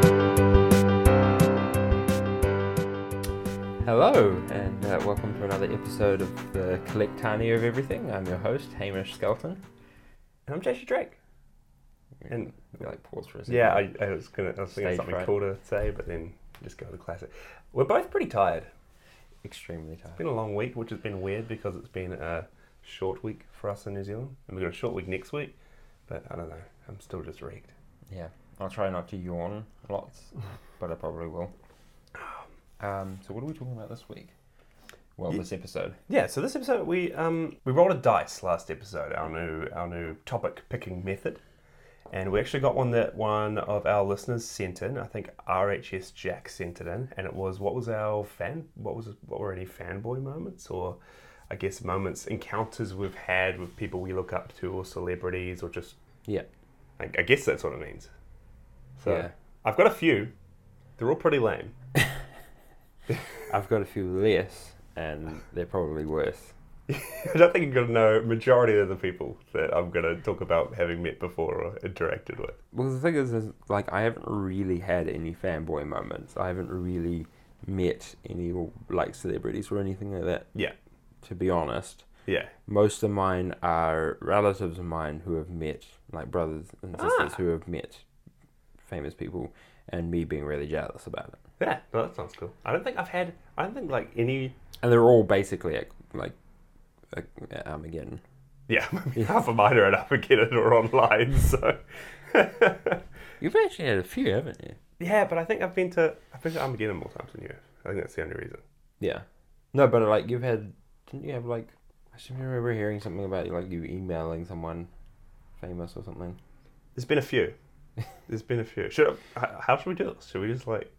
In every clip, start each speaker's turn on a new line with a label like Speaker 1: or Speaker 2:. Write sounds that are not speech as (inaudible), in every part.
Speaker 1: uh, episode of the Collectania of Everything. I'm your host, Hamish Skelton.
Speaker 2: And I'm Jason Drake.
Speaker 1: And
Speaker 2: And-
Speaker 1: we like pause for a second.
Speaker 2: Yeah, I, I was gonna. I was thinking
Speaker 1: Stage
Speaker 2: of something
Speaker 1: fright.
Speaker 2: cool to say, but then just go to the classic. We're both pretty tired.
Speaker 1: extremely
Speaker 2: It's
Speaker 1: tired.
Speaker 2: been a long week, which has been weird because it's been a short week for us in New Zealand, and we've got a short week next week. But I don't know. I'm still just wrecked.
Speaker 1: Yeah, I'll try not to yawn lots, (laughs) but I probably will. Um, so what are we talking about this week? Well,
Speaker 2: Ye-
Speaker 1: this episode.
Speaker 2: Yeah. So this episode, we um we rolled a dice last episode. Our new our new topic picking method. And we actually got one that one of our listeners sent in. I think RHS Jack sent it in, and it was what was our fan? What was what were any fanboy moments or, I guess moments encounters we've had with people we look up to or celebrities or just
Speaker 1: Yeah.
Speaker 2: I, I guess that's what it means. So
Speaker 1: Yeah.
Speaker 2: I've got a few. They're all pretty lame.
Speaker 1: I've got a few less, and they're probably worse.
Speaker 2: I don't think you're gonna know majority of the people that I'm gonna talk about having met before or interacted with.
Speaker 1: Well, the thing is, is like I haven't really had any fanboy moments. I haven't really met any like celebrities or anything like that.
Speaker 2: Yeah.
Speaker 1: To be honest,
Speaker 2: Yeah.
Speaker 1: most of mine are relatives of mine who have met, like brothers and sisters
Speaker 2: Ah.
Speaker 1: who have met famous people, and me being really jealous about it.
Speaker 2: Yeah, no, that sounds cool. I don't think I've had I don't think like any
Speaker 1: And they're all basically like, like, like um, at Armageddon.
Speaker 2: yeah, (laughs) half of mine are at Armageddon or online, (laughs) so
Speaker 1: You've actually had a few, haven't you?
Speaker 2: Yeah, but I think I've been to I've been to Armageddon more times than you. have. I think that's the only reason.
Speaker 1: Yeah. No, but like you've had, didn't you have like? I should remember hearing something about like you emailing someone famous or something.
Speaker 2: There's been
Speaker 1: (laughs)
Speaker 2: a few. There's been a few. Should I, how should we do this? Should we just like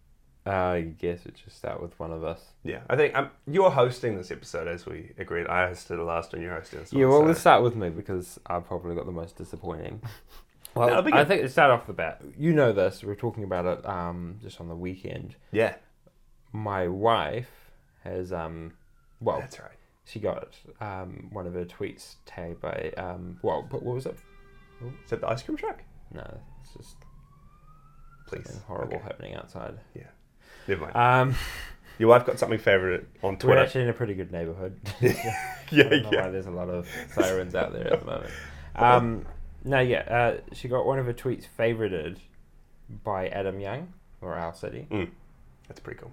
Speaker 1: Uh, I guess it should start with one of us.
Speaker 2: Yeah, I think um, you're hosting this episode as we agreed. I hosted the last one, you're hosting this
Speaker 1: Yeah,
Speaker 2: one.
Speaker 1: well,
Speaker 2: so-
Speaker 1: let's start with me because I've probably got the most disappointing. (laughs) Well,
Speaker 2: That'll be
Speaker 1: I
Speaker 2: good.
Speaker 1: think to start off the bat, you know this. We were talking about it um, just on the weekend.
Speaker 2: yeah,
Speaker 1: My wife has, um, well,
Speaker 2: that's right.
Speaker 1: she got um, one of her tweets tagged by, um, well, but what was it?
Speaker 2: Is that the ice cream truck?
Speaker 1: No, it's just
Speaker 2: Please.
Speaker 1: something horrible
Speaker 2: Okay.
Speaker 1: happening outside.
Speaker 2: Never mind.
Speaker 1: Um,
Speaker 2: Your wife got something favourite on
Speaker 1: we're
Speaker 2: Twitter.
Speaker 1: actually in a pretty good neighborhood. (laughs) I
Speaker 2: (laughs) yeah,
Speaker 1: don't know
Speaker 2: yeah.
Speaker 1: why there's a lot of sirens out there at the
Speaker 2: (laughs)
Speaker 1: moment. Um, no, yeah, uh, she got one of her tweets favorited by Adam Young or Our City,
Speaker 2: Mm. That's pretty cool.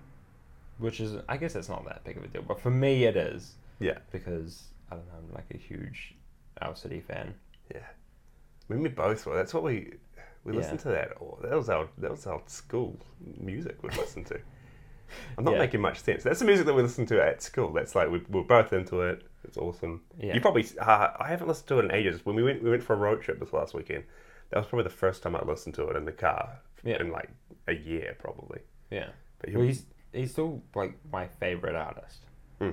Speaker 1: which is, I guess, that's not that big of a deal, but for me it is.
Speaker 2: Yeah.
Speaker 1: Because I don't know, I'm like a huge Our City fan.
Speaker 2: Yeah. We met both. Well, that's what we we
Speaker 1: Yeah.
Speaker 2: listened to that. Oh, that was our that was our school music we listened to. I'm not
Speaker 1: Yeah.
Speaker 2: making much sense. That's the music that we listened to at school. That's like we, we're both into it. It's awesome.
Speaker 1: Yeah.
Speaker 2: You probably uh, I haven't listened to it in ages. When we went we went for a road trip this last weekend. That was probably the first time I listened to it in the car
Speaker 1: Yeah.
Speaker 2: in like a year probably.
Speaker 1: Yeah.
Speaker 2: But you-
Speaker 1: Well, he's he's still like my favorite artist.
Speaker 2: Hmm.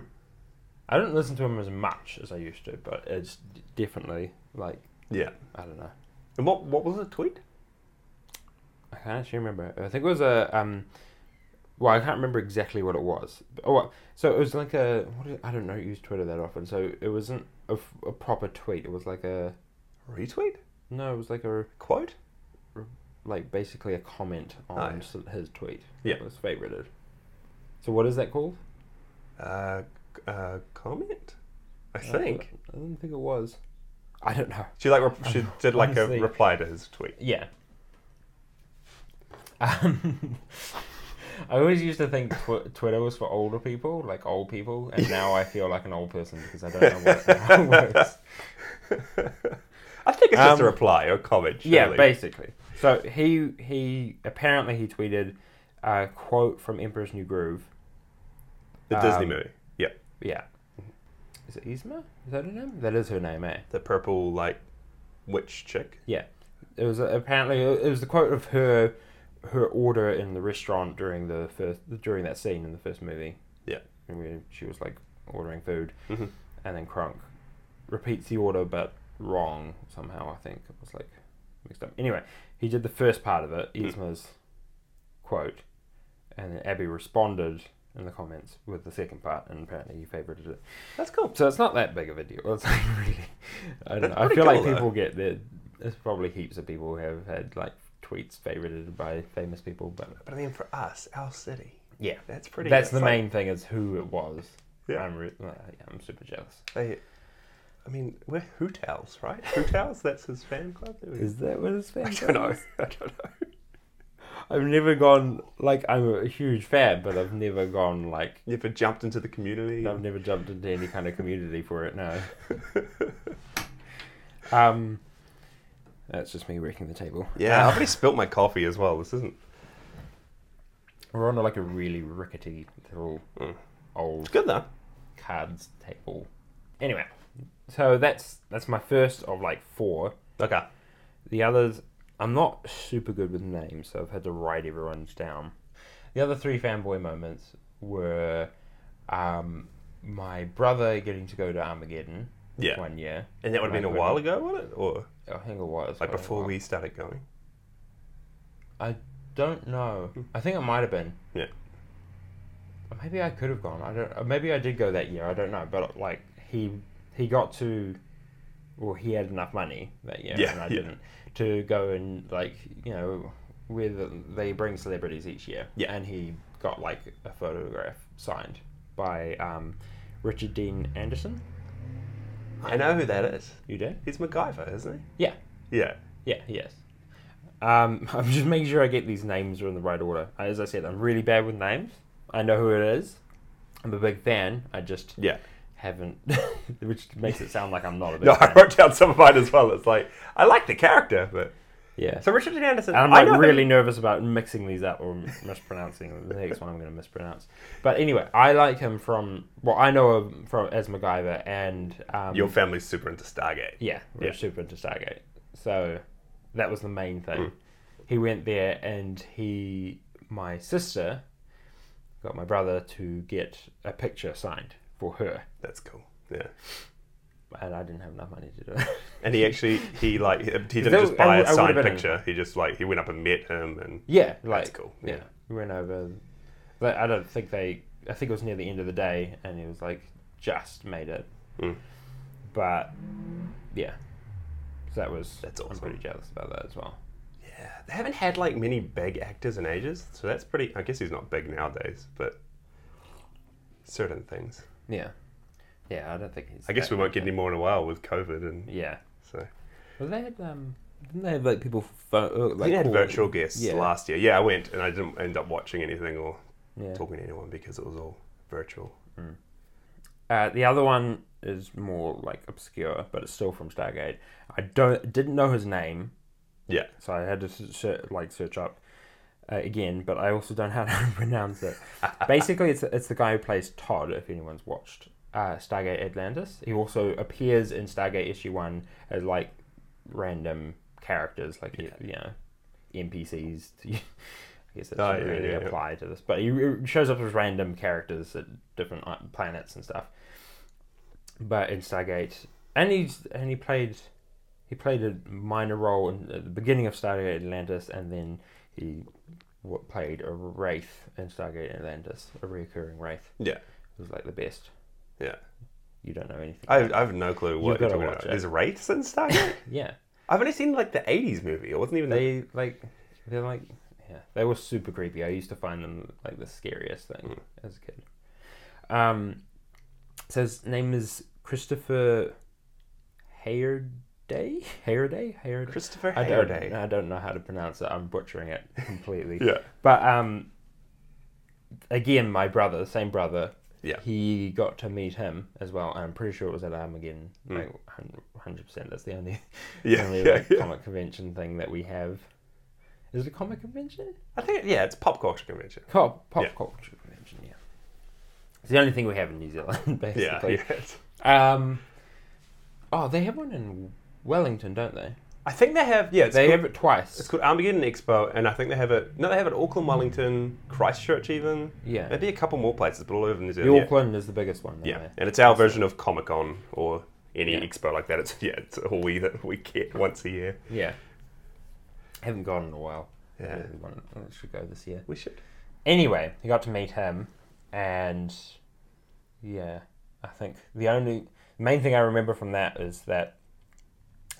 Speaker 1: I don't listen to him as much as I used to, but it's d- definitely like
Speaker 2: yeah.
Speaker 1: I don't know.
Speaker 2: And what what was the tweet?
Speaker 1: I can't actually remember. I think it was a um. Well, I can't remember exactly what it was. But- Oh, well, so it was like a what is, I don't know. Use Twitter that often, so it wasn't a, f- a proper tweet. It was like a
Speaker 2: Retweet?
Speaker 1: no. It was like a
Speaker 2: Quote?
Speaker 1: like basically a comment on s his tweet.
Speaker 2: Oh, Yeah.
Speaker 1: it was favorited. So what is that called?
Speaker 2: Uh, c- uh, comment? I
Speaker 1: Uh,
Speaker 2: think.
Speaker 1: I don't think it was. I don't know.
Speaker 2: She like rep- she did like
Speaker 1: Honestly.
Speaker 2: a reply to his tweet. (laughs)
Speaker 1: Yeah. Um, (laughs) I always used to think tw- Twitter was for older people, like old people, and now I feel like an old person because I don't know what (laughs) how it works.
Speaker 2: (laughs) I think it's just a
Speaker 1: Um,
Speaker 2: reply or comment.
Speaker 1: Yeah,
Speaker 2: surely.
Speaker 1: basically. So he he apparently he tweeted a quote from Emperor's New Groove.
Speaker 2: the Disney
Speaker 1: um,
Speaker 2: movie. Yeah,
Speaker 1: Yeah. Is it Isma? Is that her name? That is her name, eh?
Speaker 2: the purple like witch chick.
Speaker 1: Yeah, it was apparently it was the quote of her her order in the restaurant during the first during that scene in the first movie.
Speaker 2: Yeah.
Speaker 1: and where she was like ordering food,
Speaker 2: Mhm.
Speaker 1: and then Kronk repeats the order but wrong somehow. I think it was like mixed up. Anyway, he did the first part of it, Isma's quote, and then Abby responded in the comments with the second part, and apparently he favorited it.
Speaker 2: That's cool.
Speaker 1: So it's not that big of a deal. It's (laughs) like really, I don't
Speaker 2: That's
Speaker 1: know. I
Speaker 2: pretty
Speaker 1: feel like
Speaker 2: cool, though.
Speaker 1: people get that. There's probably heaps of people who have had like tweets favorited by famous people, but
Speaker 2: But I mean, for us, our city,
Speaker 1: yeah,
Speaker 2: that's pretty.
Speaker 1: that's the
Speaker 2: like-
Speaker 1: main thing is who it was.
Speaker 2: Yeah.
Speaker 1: I'm re- uh, yeah, I'm super jealous.
Speaker 2: They, I mean, we're Hootels, (laughs) right? Hootels, that's his fan club. There we go.
Speaker 1: Is that what it's
Speaker 2: (laughs) I don't know. I don't know.
Speaker 1: I've never gone like I'm a huge fan, but I've never gone like
Speaker 2: You ever jumped into the community?
Speaker 1: I've never jumped into any kind of community for it.
Speaker 2: (laughs)
Speaker 1: No. um, that's just me wrecking the table.
Speaker 2: Yeah, (laughs) I've already spilt my coffee as well. This isn't.
Speaker 1: We're on like a really rickety little
Speaker 2: Mm.
Speaker 1: old
Speaker 2: It's good though.
Speaker 1: cards table. Anyway, so that's that's my first of like four.
Speaker 2: Okay.
Speaker 1: The others, I'm not super good with names, so I've had to write everyone's down. The other three fanboy moments were um, my brother getting to go to Armageddon
Speaker 2: Yeah.
Speaker 1: one year. Oh,
Speaker 2: And that would have been a
Speaker 1: Like,
Speaker 2: while ago, would it? Or
Speaker 1: I think it was
Speaker 2: like
Speaker 1: quite a
Speaker 2: before
Speaker 1: while.
Speaker 2: we started going?
Speaker 1: I don't know. I think it might have been.
Speaker 2: Hmm. Yeah.
Speaker 1: Maybe I could have gone. I don't. uh, Maybe I did go that year. I don't know. But like he he got to, well, he had enough money that year,
Speaker 2: Yeah,
Speaker 1: and I
Speaker 2: yeah.
Speaker 1: didn't to go and like you know where the, they bring celebrities each year.
Speaker 2: Yeah.
Speaker 1: And he got like a photograph signed by um, Richard Dean Anderson.
Speaker 2: I know who that is.
Speaker 1: You did?
Speaker 2: He's MacGyver, isn't
Speaker 1: Yeah.
Speaker 2: he? Yeah.
Speaker 1: Yeah, yes. Um, (laughs) I'm just making sure I get these names are in the right order. As I said, I'm really bad with names. I know who it is. I'm a big fan. I just
Speaker 2: Yeah.
Speaker 1: haven't, (laughs) which makes it sound like I'm not a big
Speaker 2: (laughs) No, I
Speaker 1: fan.
Speaker 2: wrote down some of mine as well. It's like I like the character, but
Speaker 1: Yeah.
Speaker 2: so Richard Dean Anderson.
Speaker 1: and I'm
Speaker 2: I
Speaker 1: like
Speaker 2: know
Speaker 1: really
Speaker 2: him.
Speaker 1: nervous about mixing these up or (laughs) mispronouncing the next one. I'm going to mispronounce. But anyway, I like him from well, I know him from as MacGyver and um,
Speaker 2: Your family's super into Stargate.
Speaker 1: Yeah, we were
Speaker 2: Yeah.
Speaker 1: super into Stargate. So that was the main thing.
Speaker 2: Mm.
Speaker 1: He went there and he, my sister, got my brother to get a picture signed for her.
Speaker 2: That's cool. Yeah.
Speaker 1: And I didn't have enough money to do it. (laughs)
Speaker 2: And (laughs) he actually he like he didn't
Speaker 1: Though
Speaker 2: just buy
Speaker 1: I
Speaker 2: a
Speaker 1: would- I would
Speaker 2: signed
Speaker 1: have been-
Speaker 2: picture. He just like he went up and met him and
Speaker 1: yeah, like.
Speaker 2: cool,
Speaker 1: Yeah.
Speaker 2: yeah.
Speaker 1: We went over. But I don't think they. I think it was near the end of the day and it was like just made it.
Speaker 2: Mm.
Speaker 1: But yeah. So that was.
Speaker 2: That's
Speaker 1: I'm
Speaker 2: awesome.
Speaker 1: pretty jealous about that as well.
Speaker 2: yeah. They haven't had like many big actors in ages, so that's pretty. I guess he's not big nowadays, but certain things.
Speaker 1: Yeah. Yeah, I don't think he's.
Speaker 2: I guess
Speaker 1: that
Speaker 2: we won't
Speaker 1: big
Speaker 2: get any more in a while with COVID and
Speaker 1: yet. Yeah.
Speaker 2: so.
Speaker 1: Well, they had um, didn't they have like people pho- uh,
Speaker 2: I
Speaker 1: like
Speaker 2: think they had
Speaker 1: call-
Speaker 2: virtual guests
Speaker 1: Yeah.
Speaker 2: last year. Yeah, I went and I didn't end up watching anything or
Speaker 1: Yeah.
Speaker 2: talking to anyone because it was all virtual.
Speaker 1: Uh, the other one is more like obscure, but it's still from Stargate. I don't didn't know his name,
Speaker 2: Yeah.
Speaker 1: so I had to s- ser- like search up uh, again. But I also don't know (laughs) how to pronounce
Speaker 2: (laughs)
Speaker 1: it. Basically, it's it's the guy who plays Todd. If anyone's watched uh, Stargate Atlantis, he also appears in Stargate Issue One as like random characters, like you- you know NPCs. (laughs) I guess that
Speaker 2: Oh,
Speaker 1: doesn't
Speaker 2: yeah,
Speaker 1: really
Speaker 2: yeah, yeah.
Speaker 1: apply to this, but he he shows up as random characters at different uh, planets and stuff. But in Stargate, and he's and he played he played a minor role in, at the beginning of Stargate Atlantis, and then he w- played a wraith in Stargate Atlantis, a recurring wraith.
Speaker 2: Yeah.
Speaker 1: It was like the best.
Speaker 2: Yeah.
Speaker 1: You don't know anything.
Speaker 2: I, I have no clue what you're
Speaker 1: gotta
Speaker 2: talking
Speaker 1: watch
Speaker 2: about.
Speaker 1: it.
Speaker 2: There's wraiths and (laughs) Stargate?
Speaker 1: yeah,
Speaker 2: I've only seen like the 80s movie. It wasn't even. the
Speaker 1: they like they're like yeah they were super creepy. I used to find them like the scariest thing as a kid. Um, so his name is Christopher Hairday. Hairday. Hairday.
Speaker 2: Christopher
Speaker 1: I don't,
Speaker 2: Hairday.
Speaker 1: I don't know how to pronounce it. I'm butchering
Speaker 2: (laughs)
Speaker 1: it completely.
Speaker 2: Yeah.
Speaker 1: But um, again, my brother, same brother.
Speaker 2: Yeah.
Speaker 1: He got to meet him as well. I'm pretty sure it was at Armageddon. Like 100. percent That's the only,
Speaker 2: Mm. (laughs) Yeah,
Speaker 1: only
Speaker 2: yeah,
Speaker 1: like,
Speaker 2: yeah.
Speaker 1: comic convention thing that we have. Is it a comic convention?
Speaker 2: I think, yeah, it's pop culture convention.
Speaker 1: Co- pop
Speaker 2: Yeah.
Speaker 1: culture convention. Yeah. It's the only thing we have in New Zealand, (laughs)
Speaker 2: Yeah.
Speaker 1: basically.
Speaker 2: yeah it's-
Speaker 1: Um. Oh, they have one in Wellington, don't they?
Speaker 2: I think they have, yeah, it's
Speaker 1: they
Speaker 2: called,
Speaker 1: have it twice.
Speaker 2: it's called Armageddon Expo, and I think they have it, no, they have it Auckland, Wellington, Christchurch, even.
Speaker 1: Yeah.
Speaker 2: Maybe a couple more places, but all over New
Speaker 1: The
Speaker 2: Zealand. yeah.
Speaker 1: Auckland is the biggest one. eh?
Speaker 2: Yeah,
Speaker 1: Yeah.
Speaker 2: and it's our version of Comic Con or any
Speaker 1: Yeah.
Speaker 2: expo like that. It's yeah, it's all we (laughs) that we get once a year.
Speaker 1: Yeah. Haven't gone in a while.
Speaker 2: Yeah.
Speaker 1: Really want- I oh, should go this year.
Speaker 2: We should.
Speaker 1: Anyway, I got to meet him, and yeah, I think the only main thing I remember from that is that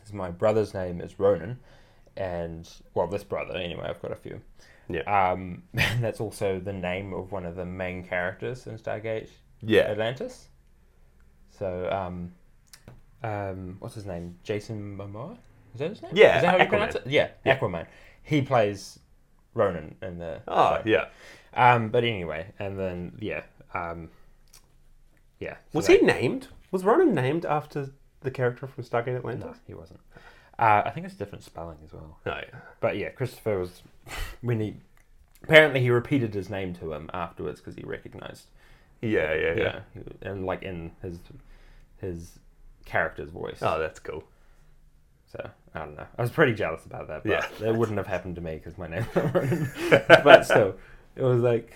Speaker 1: is my brother's name is Ronan, and well, this brother anyway. I've got a few.
Speaker 2: Yeah.
Speaker 1: (laughs) Um, and that's also the name of one of the main characters in Stargate
Speaker 2: Yeah.
Speaker 1: Atlantis. So, um, um, what's his name? Jason Momoa. Is that his name?
Speaker 2: Yeah,
Speaker 1: Is that how
Speaker 2: Aquaman.
Speaker 1: you pronounce it? Yeah,
Speaker 2: Yeah.
Speaker 1: Aquaman. He plays Ronan in the.
Speaker 2: Oh,
Speaker 1: show.
Speaker 2: yeah.
Speaker 1: Um, but anyway, and then yeah, um, yeah. so
Speaker 2: Was
Speaker 1: that-
Speaker 2: he named? Was Ronan named after the character from Stargate
Speaker 1: No,
Speaker 2: Atlantis?
Speaker 1: he wasn't. Uh, I think it's different spelling as well.
Speaker 2: No. yeah.
Speaker 1: But yeah, Christopher was (laughs) when he apparently he repeated his name to him afterwards because he recognized.
Speaker 2: Yeah, yeah, yeah.
Speaker 1: he- and like in his his character's voice.
Speaker 2: Oh, that's cool.
Speaker 1: So I don't know. I was pretty jealous about that. But
Speaker 2: Yeah.
Speaker 1: that wouldn't have happened to me because my name's not Ronan. but still, it was like,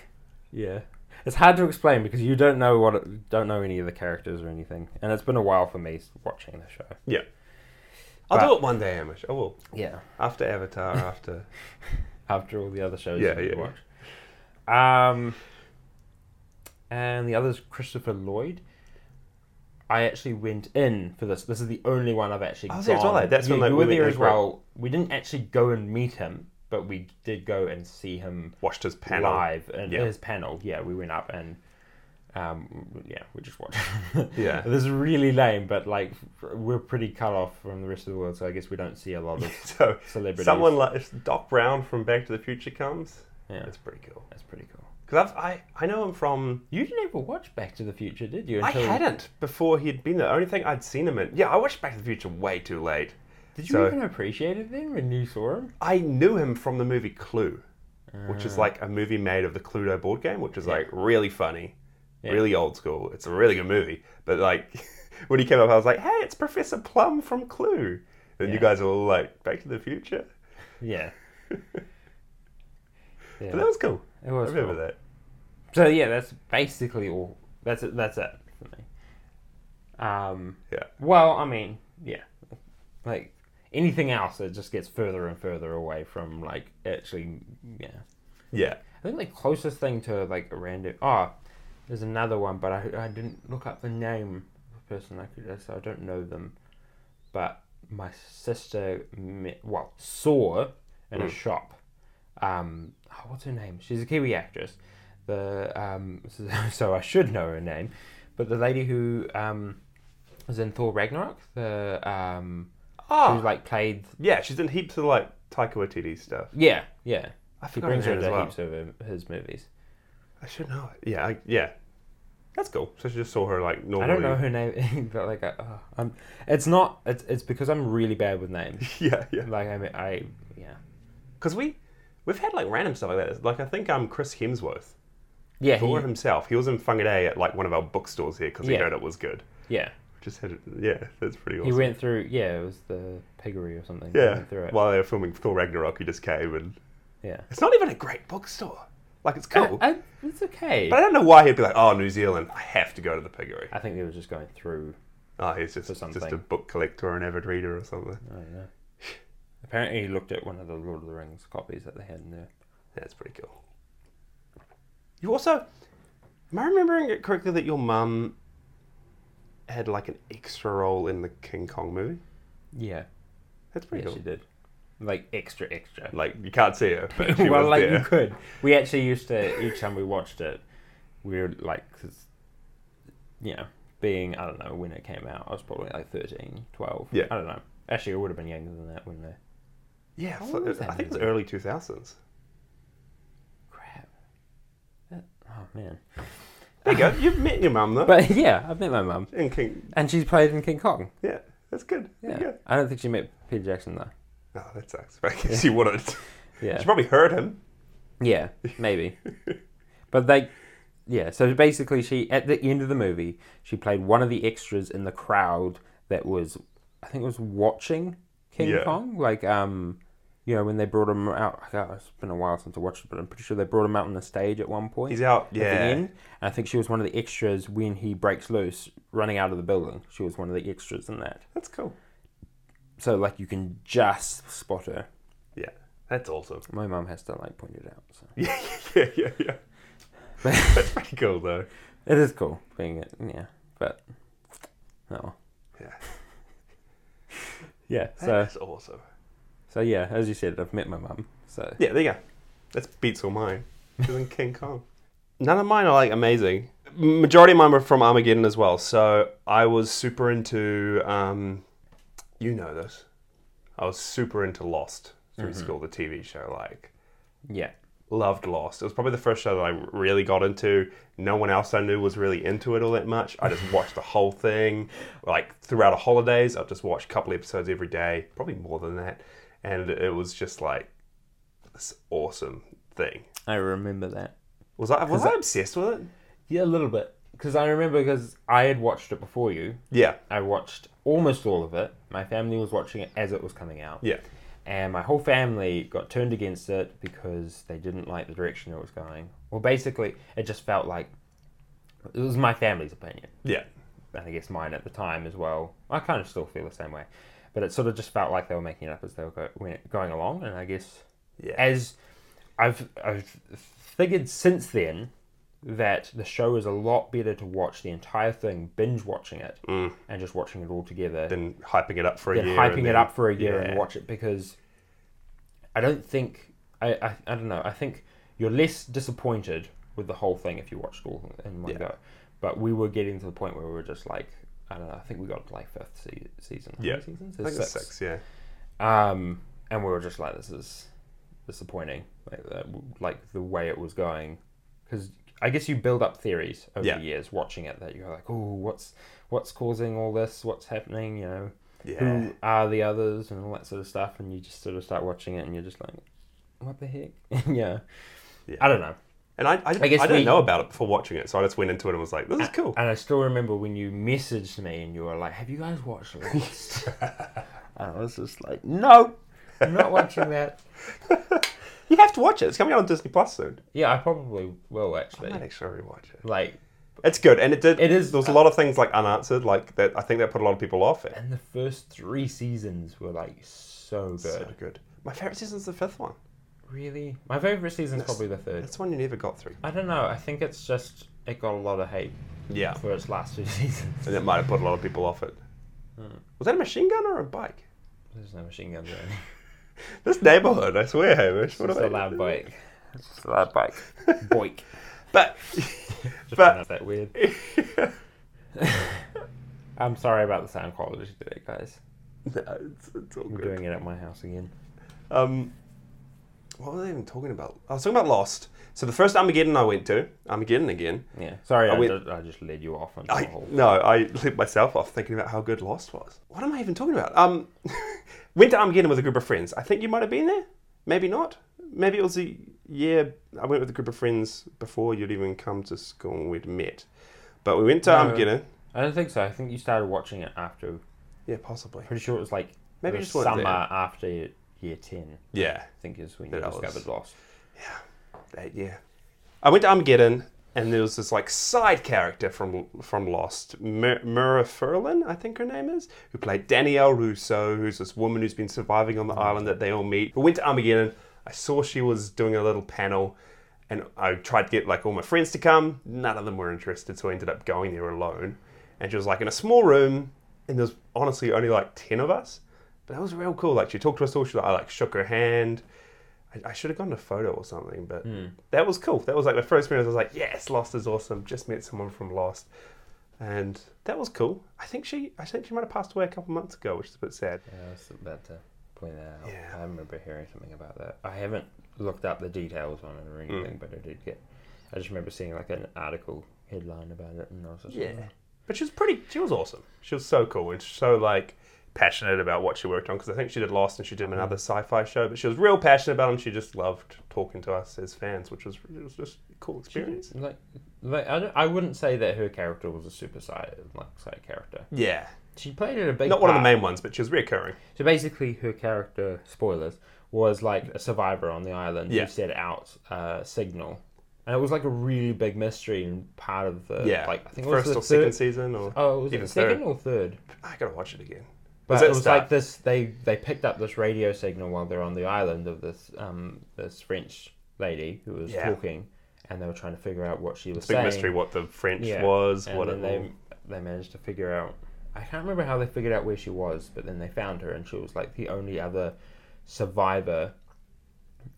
Speaker 1: yeah, it's hard to explain because you don't know what it, don't know any of the characters or anything, and it's been a while for me watching the show.
Speaker 2: Yeah. I'll
Speaker 1: But-
Speaker 2: do it one day, Amish. I will.
Speaker 1: Yeah.
Speaker 2: After (laughs) Avatar, after.
Speaker 1: After all the other shows
Speaker 2: Yeah,
Speaker 1: you
Speaker 2: yeah,
Speaker 1: watch. Um, and the other is Christopher Lloyd. I actually went in for this. This is the only one I've actually.
Speaker 2: I was there as
Speaker 1: gone.
Speaker 2: well, eh? That's
Speaker 1: you,
Speaker 2: when, like,
Speaker 1: you
Speaker 2: we
Speaker 1: were
Speaker 2: went
Speaker 1: there
Speaker 2: in
Speaker 1: as
Speaker 2: for it.
Speaker 1: well. We didn't actually go and meet him, but we did go and see him
Speaker 2: Washed his panel.
Speaker 1: live and
Speaker 2: Yeah.
Speaker 1: his panel. Yeah, we went up and um, yeah, we just watched.
Speaker 2: (laughs) Yeah.
Speaker 1: this is really lame, but like we're pretty cut off from the rest of the world, so I guess we don't see a lot
Speaker 2: (laughs)
Speaker 1: of
Speaker 2: (laughs) So,
Speaker 1: celebrities.
Speaker 2: someone like if Doc Brown from Back to the Future comes,
Speaker 1: yeah,
Speaker 2: that's pretty cool.
Speaker 1: that's pretty cool.
Speaker 2: Because I, I know him from.
Speaker 1: You didn't ever watch Back to the Future, did you?
Speaker 2: I hadn't before he'd been there. The only thing I'd seen him in. Yeah, I watched Back to the Future way too late.
Speaker 1: Did you
Speaker 2: So-
Speaker 1: even appreciate it then when you saw him?
Speaker 2: I knew him from the movie Clue, which
Speaker 1: Ah.
Speaker 2: is like a movie made of the Cluedo board game, which is like really funny,
Speaker 1: Yeah.
Speaker 2: really old school. It's a really good movie. But like (laughs) when he came up, I was like, hey, it's Professor Plum from Clue. And you
Speaker 1: Yeah.
Speaker 2: guys were all like, Back to the Future?
Speaker 1: Yeah. (laughs) yeah.
Speaker 2: But that was cool.
Speaker 1: it was
Speaker 2: I remember
Speaker 1: cool.
Speaker 2: that.
Speaker 1: So yeah, that's basically all. That's it. That's it for me. Um.
Speaker 2: Yeah.
Speaker 1: Well, I mean, yeah. Like anything else, it just gets further and further away from like actually. Yeah.
Speaker 2: Yeah.
Speaker 1: I think the closest thing to like a random. Oh, there's another one, but I, I didn't look up the name of the person I could. So I don't know them. But my sister met, well saw in
Speaker 2: Mm.
Speaker 1: a shop. Um, oh, what's her name? She's a Kiwi actress. The um, (laughs) so, so I should know her name, but the lady who um was in Thor Ragnarok, the um,
Speaker 2: Oh,
Speaker 1: who like played.
Speaker 2: yeah, she's in heaps of like Taika Waititi stuff.
Speaker 1: Yeah, yeah.
Speaker 2: I
Speaker 1: She
Speaker 2: forgot
Speaker 1: brings
Speaker 2: her
Speaker 1: her
Speaker 2: name as
Speaker 1: into
Speaker 2: well.
Speaker 1: heaps of her- his movies.
Speaker 2: I should know it. Yeah, I, yeah. That's cool. So she just saw her like
Speaker 1: I
Speaker 2: normally.
Speaker 1: don't know her name, (laughs) but like, I, oh, I'm, it's not. It's, it's because I'm really bad with names.
Speaker 2: (laughs) Yeah, yeah.
Speaker 1: Like I, mean, I yeah,
Speaker 2: Because we we've had like random stuff like that. Like I think um Chris Hemsworth
Speaker 1: yeah,
Speaker 2: for
Speaker 1: he,
Speaker 2: himself. He was in Fungaday at like one of our bookstores here because he
Speaker 1: Yeah.
Speaker 2: heard it was good.
Speaker 1: yeah.
Speaker 2: Just had it. Yeah, that's pretty
Speaker 1: He
Speaker 2: awesome.
Speaker 1: went through. Yeah, it was the piggery or something. He
Speaker 2: yeah,
Speaker 1: went through it.
Speaker 2: while they were filming Thor Ragnarok, he just came and
Speaker 1: yeah.
Speaker 2: it's not even a great bookstore. Like it's cool,
Speaker 1: I, I, it's okay.
Speaker 2: but I don't know why he'd be like, "Oh, New Zealand, I have to go to the piggery."
Speaker 1: I think they were just going through.
Speaker 2: Oh, he's just
Speaker 1: For
Speaker 2: just a
Speaker 1: something.
Speaker 2: book collector or an avid reader or something.
Speaker 1: I don't know. Apparently, he looked at one of the Lord of the Rings copies that they had in there.
Speaker 2: That's pretty cool. You also, am I remembering it correctly that your mum had like an extra role in the King Kong movie?
Speaker 1: Yeah,
Speaker 2: That's
Speaker 1: yeah,
Speaker 2: pretty
Speaker 1: she
Speaker 2: cool.
Speaker 1: did. Like extra, extra.
Speaker 2: Like you can't see (laughs) her,
Speaker 1: (laughs)
Speaker 2: but she
Speaker 1: well,
Speaker 2: was
Speaker 1: like
Speaker 2: there.
Speaker 1: you could. We actually used to each time we watched it, we were like, 'cause, you know, being I don't know when it came out. I was probably like 13, 12.
Speaker 2: Yeah.
Speaker 1: I don't know. Actually, I would have been younger than that when the
Speaker 2: Yeah,
Speaker 1: How
Speaker 2: fl-
Speaker 1: old was
Speaker 2: I
Speaker 1: that
Speaker 2: think it was
Speaker 1: movie?
Speaker 2: early two thousands.
Speaker 1: crap. That, oh man.
Speaker 2: There you (laughs) go. You've met your mum though.
Speaker 1: But yeah, I've met my mum,
Speaker 2: in King,
Speaker 1: and she's played in King Kong.
Speaker 2: yeah, that's good.
Speaker 1: Yeah.
Speaker 2: There you go.
Speaker 1: I don't think she met Peter Jackson though.
Speaker 2: Oh, that sucks. (laughs) But I guess she wouldn't.
Speaker 1: Yeah.
Speaker 2: She probably heard him.
Speaker 1: Yeah,
Speaker 2: (laughs)
Speaker 1: maybe. but they, yeah. So basically, she at the end of the movie, she played one of the extras in the crowd that was, I think, it was watching King
Speaker 2: Yeah.
Speaker 1: Kong. Like, um, you know, when they brought him out. God, it's been a while since I watched it, but I'm pretty sure they brought him out on the stage at one point.
Speaker 2: He's out.
Speaker 1: At the
Speaker 2: Yeah.
Speaker 1: end, and I think she was one of the extras when he breaks loose, running out of the building. She was one of the extras in that.
Speaker 2: That's cool.
Speaker 1: So like, you can just spot her.
Speaker 2: Yeah. That's awesome. (laughs)
Speaker 1: My mum has to like point it out. So.
Speaker 2: Yeah, yeah, yeah, (laughs) yeah. That's pretty cool though.
Speaker 1: It is cool being it, yeah. But oh, well.
Speaker 2: Yeah.
Speaker 1: (laughs) yeah. So
Speaker 2: That's awesome.
Speaker 1: so yeah, as you said, I've met my mum. So
Speaker 2: Yeah, there you go. That's beats all mine. She's in King Kong. None of mine are like amazing. Majority of mine were from Armageddon as well. So I was super into, um, you know this. I was super into Lost through school, the TV show. Like
Speaker 1: Yeah.
Speaker 2: loved Lost. It was probably the first show that I really got into. No one else I knew was really into it all that much. I just watched the whole thing. Like throughout the holidays, I just watched a couple episodes every day, probably more than that. And it was just like this awesome thing.
Speaker 1: I remember that.
Speaker 2: Was I was I obsessed with it?
Speaker 1: Yeah, a little bit. Because I remember because I had watched it before you.
Speaker 2: Yeah,
Speaker 1: I watched almost all of it. My family was watching it as it was coming out.
Speaker 2: yeah,
Speaker 1: And my whole family got turned against it because they didn't like the direction it was going. Well, basically, it just felt like it was my family's opinion.
Speaker 2: yeah,
Speaker 1: and I guess mine at the time as well. I kind of still feel the same way, but it sort of just felt like they were making it up as they were go, went- going along. And I guess
Speaker 2: yeah.
Speaker 1: as I've I've figured since then that the show is a lot better to watch the entire thing, binge watching it, and just watching it all together
Speaker 2: then hyping it up for a
Speaker 1: than
Speaker 2: year,
Speaker 1: hyping
Speaker 2: and
Speaker 1: it
Speaker 2: then-
Speaker 1: up for a year
Speaker 2: yeah.
Speaker 1: and watch it because I don't think I, I I don't know I think you're less disappointed with the whole thing if you watched all in one go. But we were getting to the point where we were just like I don't know I think we got to like fifth se- season How
Speaker 2: Yeah.
Speaker 1: many seasons
Speaker 2: I
Speaker 1: There's
Speaker 2: think it's six. yeah,
Speaker 1: um and we were just like this is disappointing like the, like the way it was going because. I guess you build up theories over
Speaker 2: Yeah.
Speaker 1: the years watching it that you're like, oh, what's what's causing all this? What's happening? You know,
Speaker 2: yeah.
Speaker 1: who are the others and all that sort of stuff and you just sort of start watching it and you're just like what the heck (laughs) yeah.
Speaker 2: Yeah.
Speaker 1: i don't know
Speaker 2: And I, I, I,
Speaker 1: guess
Speaker 2: didn't
Speaker 1: we-
Speaker 2: know about it before watching it, so I just went into it and was like, "This is cool."
Speaker 1: and i still remember when you messaged me and you were like have you guys watched
Speaker 2: (laughs)
Speaker 1: Lost? (laughs) and i was just like no i'm not watching that
Speaker 2: you have to watch it. It's coming out on Disney Plus soon.
Speaker 1: yeah i probably will
Speaker 2: I
Speaker 1: actually
Speaker 2: might actually rewatch it.
Speaker 1: like
Speaker 2: It's good, and it did.
Speaker 1: It is- uh,
Speaker 2: There was a lot of things like unanswered, like that. I think that put a lot of people off. It.
Speaker 1: and the first three seasons were like so good
Speaker 2: So good. My favorite season's the fifth one.
Speaker 1: really my favorite season's probably the third
Speaker 2: That's the one you never got through.
Speaker 1: i don't know i think it's just it got a lot of hate
Speaker 2: Yeah,
Speaker 1: for its last two (laughs) seasons Hmm.
Speaker 2: and it might have put a lot of people off it. Was that a machine gun or a bike?
Speaker 1: there's no machine guns or
Speaker 2: (laughs)
Speaker 1: anything
Speaker 2: This neighborhood, I swear, Hamish. What
Speaker 1: It's
Speaker 2: have
Speaker 1: a
Speaker 2: I-
Speaker 1: loud bike. It's a loud bike. (laughs) Boik. (laughs)
Speaker 2: But, (laughs)
Speaker 1: Just
Speaker 2: but
Speaker 1: pronounce that weird. (laughs) I'm sorry about the sound quality today, guys.
Speaker 2: no, it's, it's all
Speaker 1: We're
Speaker 2: good.
Speaker 1: doing it at my house again.
Speaker 2: Um, what was I even talking about? I was talking about Lost. So the first Armageddon I went to, Armageddon again.
Speaker 1: Yeah. Sorry, I,
Speaker 2: we-
Speaker 1: just, I just led you off onto
Speaker 2: I
Speaker 1: the whole.
Speaker 2: no, I lit myself off thinking about how good Lost was. What am I even talking about? Um, (laughs) went to Armageddon with a group of friends. I think you might have been there. Maybe not. Maybe it was a year. I went with a group of friends before you'd even come to school. and We'd met, but we went to
Speaker 1: No.
Speaker 2: Armageddon.
Speaker 1: I don't think so. I think you started watching it after.
Speaker 2: Yeah, possibly.
Speaker 1: Pretty sure it was like
Speaker 2: Maybe
Speaker 1: the
Speaker 2: you just weren't
Speaker 1: summer
Speaker 2: there.
Speaker 1: after year ten.
Speaker 2: Yeah,
Speaker 1: I think is when you
Speaker 2: That I was-
Speaker 1: discovered Lost.
Speaker 2: that year. I went to Armageddon, and there was this like side character from from Lost, Mir- Mira Furlan, I think her name is, who played Danielle Russo, who's this woman who's been surviving on the island that they all meet. We went to Armageddon. I saw she was doing a little panel, and I tried to get like all my friends to come. None of them were interested, so I ended up going there alone. And she was like in a small room, and there's honestly only like ten of us. But that was real cool. Like she talked to us all. She I like shook her hand. I, I should have gotten a photo or something, but that was cool. That was like my first experience. I was like, yes, Lost is awesome. Just met someone from Lost, and that was cool. I think she, I think she might have passed away a couple months ago, which is a bit sad.
Speaker 1: Yeah, I was about to point that out.
Speaker 2: Yeah.
Speaker 1: I remember hearing something about that. I haven't looked up the details on it or
Speaker 2: Mm.
Speaker 1: anything, but I did get. I just remember seeing like an article headline about it, and I was just like,
Speaker 2: Yeah. But she was pretty. She was awesome. She was so cool and so like passionate about what she worked on because I think she did Lost and she
Speaker 1: Mm-hmm.
Speaker 2: did another sci-fi show. But she was real passionate about them. She just loved talking to us as fans, which was it was just a cool experience.
Speaker 1: Like, like I, don't, I wouldn't say that her character was a super side like side character.
Speaker 2: Yeah,
Speaker 1: She played it a big
Speaker 2: not one of the
Speaker 1: part.
Speaker 2: main ones, but she was reoccurring.
Speaker 1: So basically, her character spoilers was like a survivor on the island
Speaker 2: Yeah.
Speaker 1: who set out uh, signal, and it was like a really big mystery and part of the
Speaker 2: Yeah,
Speaker 1: like I think it was
Speaker 2: first
Speaker 1: the
Speaker 2: or
Speaker 1: third-
Speaker 2: second season or
Speaker 1: Oh, was
Speaker 2: Even
Speaker 1: it second
Speaker 2: third.
Speaker 1: or third?
Speaker 2: I gotta watch it again.
Speaker 1: But
Speaker 2: that
Speaker 1: it was
Speaker 2: start?
Speaker 1: like this. They they picked up this radio signal while they're on the island of this um this French lady who was
Speaker 2: Yeah.
Speaker 1: talking, and they were trying to figure out what she was
Speaker 2: big
Speaker 1: saying.
Speaker 2: mystery what the French
Speaker 1: Yeah.
Speaker 2: was,
Speaker 1: and
Speaker 2: what
Speaker 1: then
Speaker 2: it
Speaker 1: they
Speaker 2: all-
Speaker 1: they managed to figure out. I can't remember how they figured out where she was, but then they found her, and she was like the only other survivor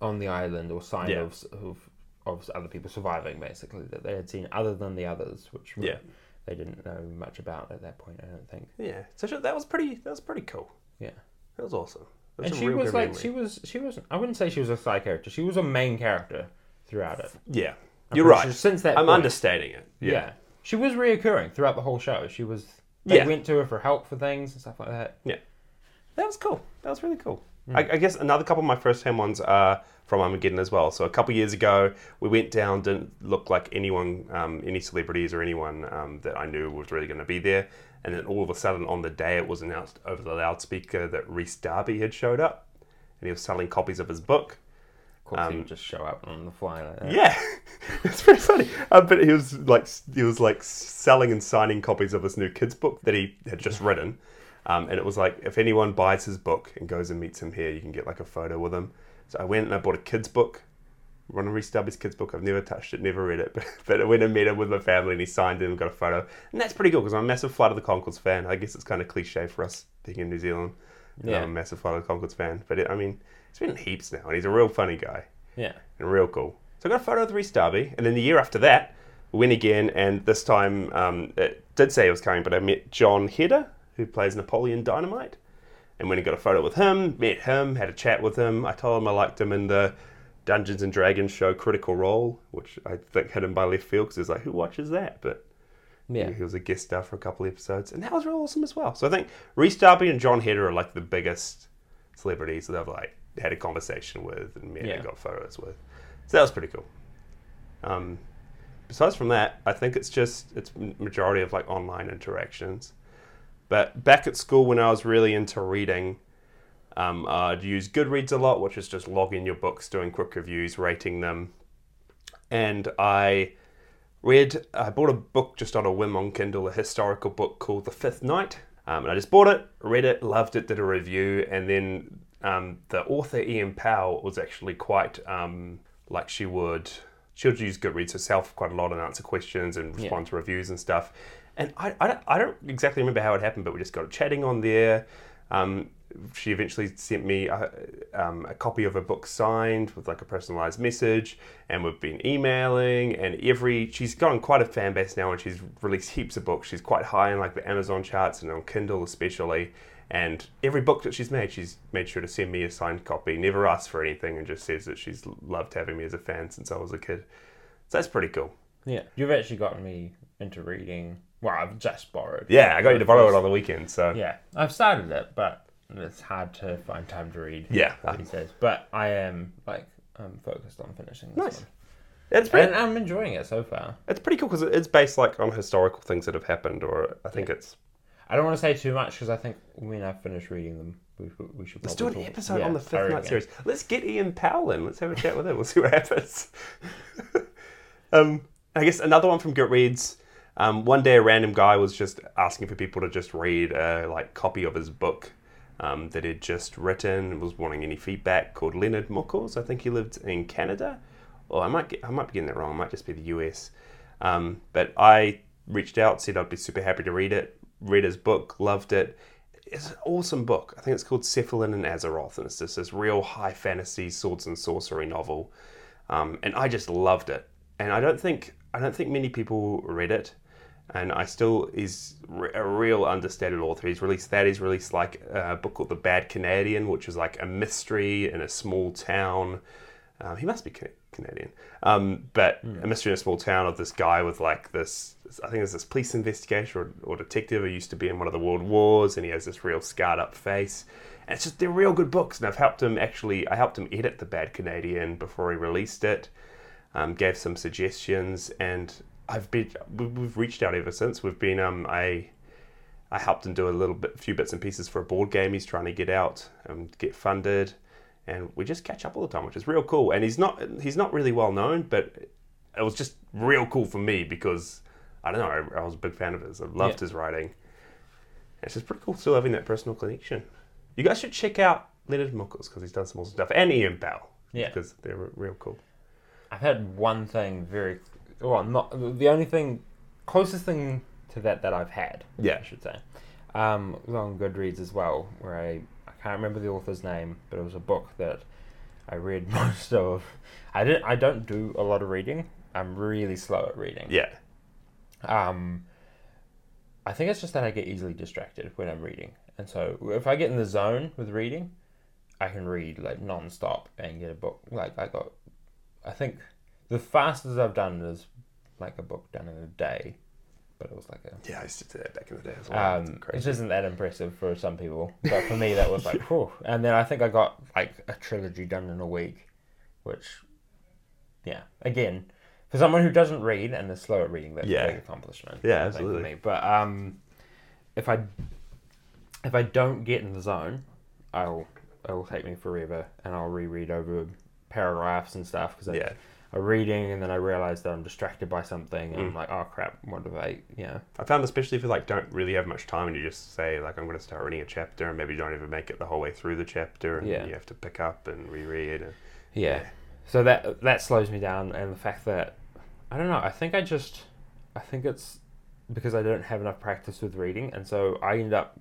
Speaker 1: on the island or sign
Speaker 2: Yeah.
Speaker 1: of, of of other people surviving, basically, that they had seen other than the others, which were,
Speaker 2: Yeah.
Speaker 1: they didn't know much about at that point, I don't think.
Speaker 2: Yeah. So she- that was pretty. That was pretty cool.
Speaker 1: Yeah.
Speaker 2: That was awesome. That's
Speaker 1: And
Speaker 2: a
Speaker 1: she
Speaker 2: real
Speaker 1: was
Speaker 2: good
Speaker 1: like,
Speaker 2: memory.
Speaker 1: she was, she was, I wouldn't say she was a side character, she was a main character throughout it.
Speaker 2: Yeah.
Speaker 1: I'm
Speaker 2: You're
Speaker 1: pretty
Speaker 2: right.
Speaker 1: sure since that
Speaker 2: I'm
Speaker 1: point-
Speaker 2: understating it.
Speaker 1: Yeah.
Speaker 2: Yeah.
Speaker 1: She was reoccurring throughout the whole show. She was, they
Speaker 2: Yeah.
Speaker 1: went to her for help for things and stuff like that.
Speaker 2: That was cool. That was really cool.
Speaker 1: Mm.
Speaker 2: I, I guess another couple of my first hand ones are from Armageddon as well. So a couple of years ago, we went down, didn't look like anyone, um, any celebrities or anyone um, that I knew was really going to be there. And then all of a sudden, on the day, it was announced over the loudspeaker that Reese Darby had showed up, and he was selling copies of his book.
Speaker 1: Of course, he would just show up on the fly like that.
Speaker 2: Um, Yeah, (laughs) it's pretty funny. Uh, but he was like he was like selling and signing copies of his new kids book that he had just written, um, and it was like if anyone buys his book and goes and meets him here, you can get like a photo with him. So I went and I bought a kids book. Ron and Reese Darby's kids book. I've never touched it, never read it, (laughs) but, but I went and met him with my family, and he signed it and got a photo, and that's pretty cool because I'm a massive Flight of the Conchords fan. I guess it's kind of cliche for us being in New Zealand. Yeah.
Speaker 1: Yeah.
Speaker 2: I'm a massive Flight of the Conchords fan, but it, I mean, he's been in heaps now, and he's a real funny guy
Speaker 1: Yeah.
Speaker 2: and real cool. So I got a photo of Reese Darby, and then the year after that, we went again, and this time um, it did say he was coming, but I met John Heder, who plays Napoleon Dynamite, and went and got a photo with him, met him, had a chat with him. I told him I liked him in the Dungeons and Dragons show Critical Role, which I think hit him by left field because he was like, who watches that? But
Speaker 1: Yeah.
Speaker 2: he was a guest star for a couple episodes, and that was real awesome as well. So I think Reese Darby and John Heder are like the biggest celebrities that I've like had a conversation with and met
Speaker 1: Yeah.
Speaker 2: and got photos with. So that was pretty cool. Um, besides from that, I think it's just it's m- majority of like online interactions. But back at school when I was really into reading, um, I'd use Goodreads a lot, which is just logging your books, doing quick reviews, rating them. And I read I bought a book just on a whim on Kindle, a historical book called The Fifth Night. Um, and I just bought it, read it, loved it, did a review, and then um, the author Ian Powell was actually quite um, like she would she would use Goodreads herself quite a lot and answer questions and respond to reviews and stuff. And I, I, don't, I don't exactly remember how it happened, but we just got chatting on there. Um, she eventually sent me a, um, a copy of her book signed with like a personalized message, and we've been emailing. And every she's gotten quite a fan base now, and she's released heaps of books. She's quite high in like the Amazon charts and on Kindle especially. And every book that she's made, she's made sure to send me a signed copy. Never asked for anything, and just says that she's loved having me as a fan since I was a kid. So that's pretty cool.
Speaker 1: Yeah. You've actually gotten me into reading. Well, I've just borrowed.
Speaker 2: Yeah, I got you to borrow it on the weekend. So
Speaker 1: Yeah, I've started it, but it's hard to find time to read.
Speaker 2: yeah, uh,
Speaker 1: these days. But I am like I'm focused on finishing this
Speaker 2: Nice.
Speaker 1: one,
Speaker 2: it's pretty.
Speaker 1: and I'm enjoying it so far.
Speaker 2: It's pretty cool because it's based like on historical things that have happened, or I think it's
Speaker 1: I don't want to say too much because I think when I finish reading them, we, we should.
Speaker 2: Let's do an
Speaker 1: probably talk-
Speaker 2: episode
Speaker 1: Yeah,
Speaker 2: on the
Speaker 1: I
Speaker 2: Fifth Night
Speaker 1: reckon.
Speaker 2: series. Let's get Ian Powell in. Let's have a chat with him. We'll see what happens. (laughs) um, I guess another one from Goodreads. Um, one day, a random guy was just asking for people to just read a like copy of his book um, that he'd just written. and Was wanting any feedback. Called Leonard Muckles. I think he lived in Canada, or I might get, I might be getting that wrong. It might just be the US. Um, but I reached out, said I'd be super happy to read it. Read his book, loved it it's an awesome book. I think it's called Cephalin and Azeroth, and it's just this real high fantasy swords and sorcery novel. Um, and I just loved it. And I don't think I don't think many people read it. And I still is re- a real understated author. He's released that. He's released like a book called The Bad Canadian, which is like a mystery in a small town. Um, he must be Ca- Canadian. Um, but a mystery in a small town of this guy with like this, I think there's this police investigator or, or detective who used to be in one of the world wars and he has this real scarred up face. And it's just, they're real good books. And I've helped him actually, I helped him edit The Bad Canadian before he released it, um, gave some suggestions. And I've been, we- we've reached out ever since. We've been, um, I, I helped him do a little bit, few bits and pieces for a board game he's trying to get out and get funded, and we just catch up all the time, which is real cool. And he's not he's not really well known, but it was just real cool for me because I don't know I, I was a big fan of his. I loved
Speaker 1: Yeah.
Speaker 2: his writing. And it's just pretty cool still having that personal connection. You guys should check out Leonard Muckles because he's done some awesome stuff, and Ian Bell.
Speaker 1: Yeah.
Speaker 2: because they're re- real cool.
Speaker 1: I've had one thing very well, not the only thing closest thing to that that I've had.
Speaker 2: Yeah.
Speaker 1: I should say. Um, was on Goodreads as well, where I I can't remember the author's name, but it was a book that I read (laughs) most of. I didn't. I don't do a lot of reading. I'm really slow at reading.
Speaker 2: Yeah.
Speaker 1: Um, I think it's just that I get easily distracted when I'm reading, and so if I get in the zone with reading, I can read like non-stop and get a book. Like I got, I think the fastest I've done is like a book done in a day, but it was like a.
Speaker 2: Yeah, I used to do that back in the day as well.
Speaker 1: Um,
Speaker 2: It's
Speaker 1: it
Speaker 2: crazy.
Speaker 1: just isn't that impressive for some people, but for me that was like, whew. And then I think I got like a trilogy done in a week, which, yeah, again, for someone who doesn't read and is slow at reading, that's
Speaker 2: Yeah.
Speaker 1: a big accomplishment.
Speaker 2: Yeah,
Speaker 1: I think,
Speaker 2: absolutely.
Speaker 1: For me. But um, if I if I don't get in the zone, I'll it will take me forever, and I'll reread over paragraphs and stuff because
Speaker 2: Yeah.
Speaker 1: I'm reading, and then I realize that I'm distracted by something, and
Speaker 2: Mm.
Speaker 1: I'm like, oh crap, what have I, you know.
Speaker 2: I found especially if you like don't really have much time and you just say like I'm going to start reading a chapter and maybe you don't even make it the whole way through the chapter and
Speaker 1: Yeah.
Speaker 2: you have to pick up and reread. And,
Speaker 1: Yeah. So that that slows me down, and the fact that I don't know. I think I just I think it's because I don't have enough practice with reading, and so I end up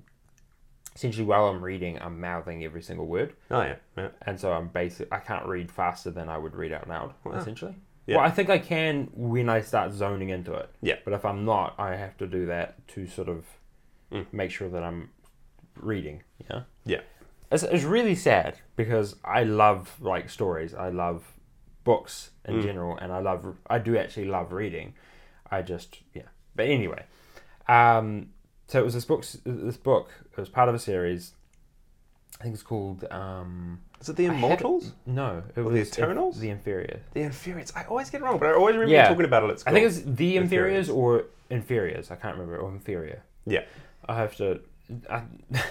Speaker 1: essentially while I'm reading, I'm mouthing every single word,
Speaker 2: oh yeah, yeah,
Speaker 1: and so I'm basic. I can't read faster than I would read out loud,
Speaker 2: Wow.
Speaker 1: essentially.
Speaker 2: Yeah.
Speaker 1: Well, I think I can when I start zoning into it.
Speaker 2: Yeah.
Speaker 1: But if I'm not, I have to do that to sort of
Speaker 2: Mm.
Speaker 1: make sure that I'm reading. Yeah.
Speaker 2: yeah,
Speaker 1: It's, it's really sad because I love like stories. I love books in
Speaker 2: Mm.
Speaker 1: general, and I love I do actually love reading. I just yeah. But anyway, um, so it was this book. This book it was part of a series. I think it's called um,
Speaker 2: Is it the
Speaker 1: I had it-
Speaker 2: Immortals?
Speaker 1: No, it
Speaker 2: Or
Speaker 1: was
Speaker 2: The Eternals?
Speaker 1: The Inferiors.
Speaker 2: The Inferiors. I always get it wrong, but I always remember you
Speaker 1: Yeah.
Speaker 2: talking about it. At
Speaker 1: I
Speaker 2: school.
Speaker 1: think it's the
Speaker 2: Inferiors.
Speaker 1: inferiors or inferiors. I can't remember or inferior.
Speaker 2: yeah,
Speaker 1: I have to. I, (laughs)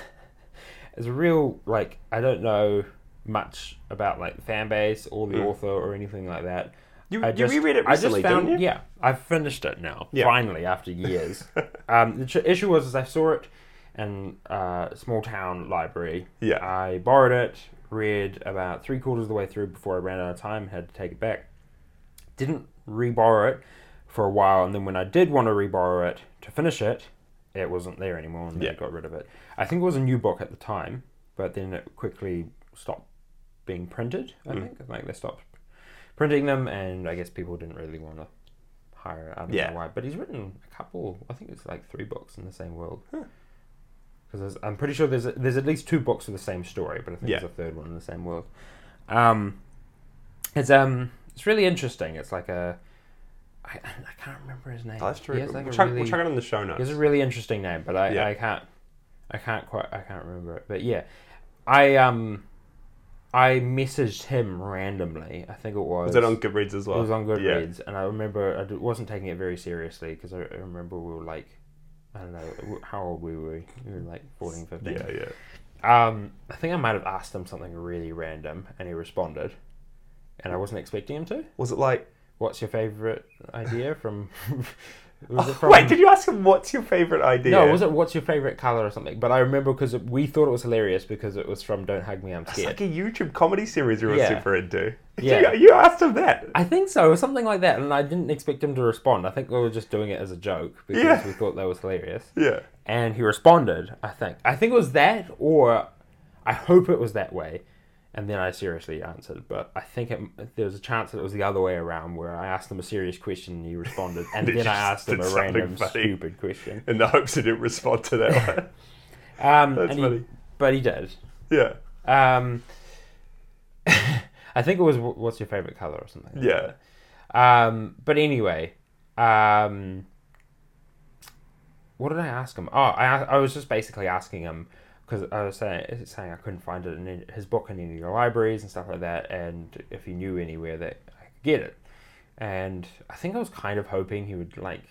Speaker 1: it's a real like I don't know much about like fan base or the author or anything like that.
Speaker 2: Mm. You-
Speaker 1: I
Speaker 2: you reread it recently,
Speaker 1: I just found,
Speaker 2: didn't you?
Speaker 1: Yeah, I've finished it now.
Speaker 2: Yeah.
Speaker 1: Finally, after
Speaker 2: (laughs)
Speaker 1: years. um, the tr- issue was is I saw it in uh, a small town library.
Speaker 2: Yeah.
Speaker 1: I borrowed it, read about three quarters of the way through before I ran out of time, had to take it back didn't reborrow it for a while, and then when I did want to reborrow it to finish it, it wasn't there anymore, and then I
Speaker 2: Yeah.
Speaker 1: got rid of it. I think it was a new book at the time, but then it quickly stopped being printed. I
Speaker 2: Mm.
Speaker 1: think like they stopped printing them, and I guess people didn't really want to hire. It. I don't
Speaker 2: Yeah.
Speaker 1: know why, but he's written a couple. I think it's like three books in the same world. Because I'm pretty sure there's there's at least two books with the same story, but I think
Speaker 2: Yeah.
Speaker 1: there's a third one in the same world. Um, it's um it's really interesting. It's like a I, I can't remember his name.
Speaker 2: I'll have to
Speaker 1: He
Speaker 2: re-
Speaker 1: has like
Speaker 2: we'll,
Speaker 1: a
Speaker 2: chuck,
Speaker 1: really,
Speaker 2: we'll chuck it in the show notes.
Speaker 1: he has a really interesting name, but I,
Speaker 2: Yeah.
Speaker 1: I can't I can't quite I can't remember it. But yeah, I um I messaged him randomly. I think it was
Speaker 2: Was it on Goodreads as well?
Speaker 1: it was on
Speaker 2: Yeah.
Speaker 1: Goodreads, and I remember I d- wasn't taking it very seriously because I, I remember we were like. I don't know w- how old we were. We were like 14, 15.
Speaker 2: Yeah, yeah.
Speaker 1: Um, I think I might have asked him something really random, and he responded, and I wasn't expecting him to.
Speaker 2: Was it like?
Speaker 1: What's your favorite idea from? (laughs) was it
Speaker 2: (laughs) Wait, did you ask him what's your favorite idea?
Speaker 1: no, was it what's your favorite color or something? But I remember because we thought it was hilarious because it was from Don't Hug Me, I'm
Speaker 2: It's
Speaker 1: Scared.
Speaker 2: like a YouTube comedy series you were
Speaker 1: Yeah.
Speaker 2: super into. (laughs)
Speaker 1: Yeah.
Speaker 2: you, you asked him that.
Speaker 1: I think so, or something like that. And I didn't expect him to respond. I think we were just doing it as a joke because
Speaker 2: Yeah.
Speaker 1: we thought that was hilarious.
Speaker 2: Yeah.
Speaker 1: and he responded. I think. I think it was that, or I hope it was that way. And then I seriously answered, but I think it, there was a chance that it was the other way around, where I asked him a serious question and he responded, and
Speaker 2: (laughs) Did
Speaker 1: then
Speaker 2: you
Speaker 1: I asked
Speaker 2: just
Speaker 1: him
Speaker 2: did
Speaker 1: a
Speaker 2: something
Speaker 1: random
Speaker 2: funny?
Speaker 1: stupid question.
Speaker 2: In the hopes he didn't respond to that one.
Speaker 1: Um,
Speaker 2: (laughs) That's
Speaker 1: and he-
Speaker 2: funny.
Speaker 1: but he did.
Speaker 2: Yeah.
Speaker 1: Um, (laughs) I think it was "Wh- what's your favorite color or something. like
Speaker 2: Yeah.
Speaker 1: Um, but anyway, um, what did I ask him? Oh, I, I was just basically asking him because I was saying saying I couldn't find it in any- his book in any of the libraries and stuff like that, and if he knew anywhere that I could get it. And I think I was kind of hoping he would like,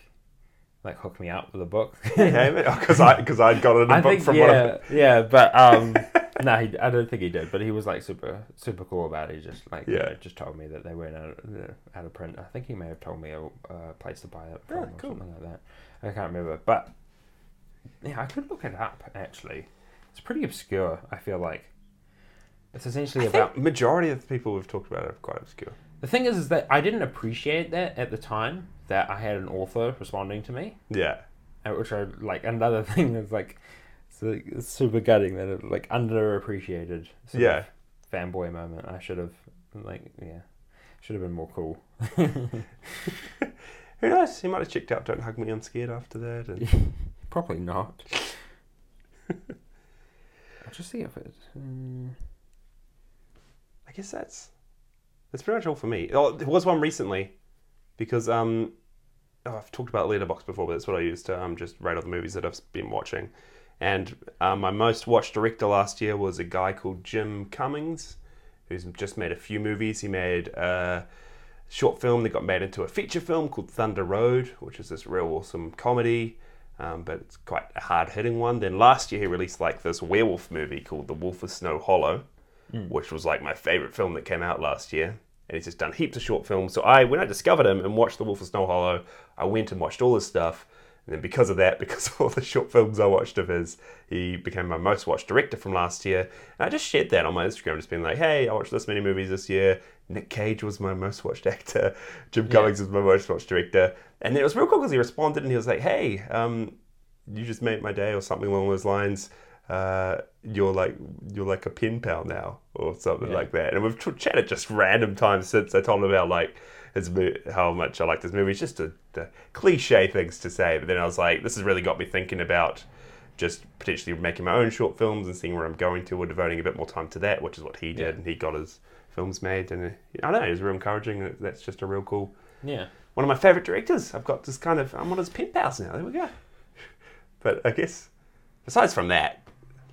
Speaker 1: like hook me up with a book. (laughs)
Speaker 2: Yeah, because Oh, I because I'd got it in a
Speaker 1: I
Speaker 2: book
Speaker 1: think
Speaker 2: from one of
Speaker 1: yeah, yeah, but
Speaker 2: (laughs)
Speaker 1: um, no, he, I don't think he did. But he was like super, super cool about it. He just like,
Speaker 2: Yeah.
Speaker 1: yeah, just told me that they weren't out of, they're out of print. I think he may have told me a, uh place to buy it from
Speaker 2: Oh,
Speaker 1: or
Speaker 2: cool.
Speaker 1: something like that. I can't remember, but yeah, I could look it up actually. It's pretty obscure. I feel like it's essentially
Speaker 2: I
Speaker 1: about
Speaker 2: think majority of the people we've talked about are quite obscure.
Speaker 1: the thing is, is that I didn't appreciate that at the time that I had an author responding to me.
Speaker 2: Yeah.
Speaker 1: Uh, which I like. Another (laughs) thing is like, it's, like, it's super gutting that it like underappreciated. sort
Speaker 2: Yeah.
Speaker 1: of fanboy moment. I should have like yeah, should have been more cool.
Speaker 2: Who knows? He might have checked out Don't Hug Me, I'm Scared after that. And
Speaker 1: Probably not. (laughs) I'll just see if it. mm,
Speaker 2: I guess that's that's pretty much all for me. Oh, there was one recently because um, oh, I've talked about Letterbox before, but that's what I use to um, just rate all the movies that I've been watching. And um, my most watched director last year was a guy called Jim Cummings, who's just made a few movies. He made a short film that got made into a feature film called Thunder Road, which is this real awesome comedy. Um, but it's quite a hard hitting one. Then last year he released like this werewolf movie called The Wolf of Snow Hollow, which was like my favorite film that came out last year. And he's just done heaps of short films. So I, when I discovered him and watched The Wolf of Snow Hollow, I went and watched all his stuff. And then because of that, (laughs) because of all the short films I watched of his, he became my most watched director from last year. And I just shared that on my Instagram, just being like, hey, I watched this many movies this year. Nick Cage was my most watched (laughs) actor. Jim Cummings was my most watched director. And then it was real cool because he responded and he was like, hey, um, you just made my day or something along those lines. Uh, you're like you're like a pen pal now or something like that. And we've ch- chatted just random times since. I told him about like his mo- how much I liked his movie. It's just a, the cliche things to say. But then I was like, this has really got me thinking about just potentially making my own short films and seeing where I'm going to or devoting a bit more time to that, which is what he did. And he got his films made. And uh, I don't know, it was real encouraging. and That's just a real cool
Speaker 1: Yeah.
Speaker 2: one of my favorite directors. I've got this kind of I'm on his pen pals now. There we go. But I guess besides from that,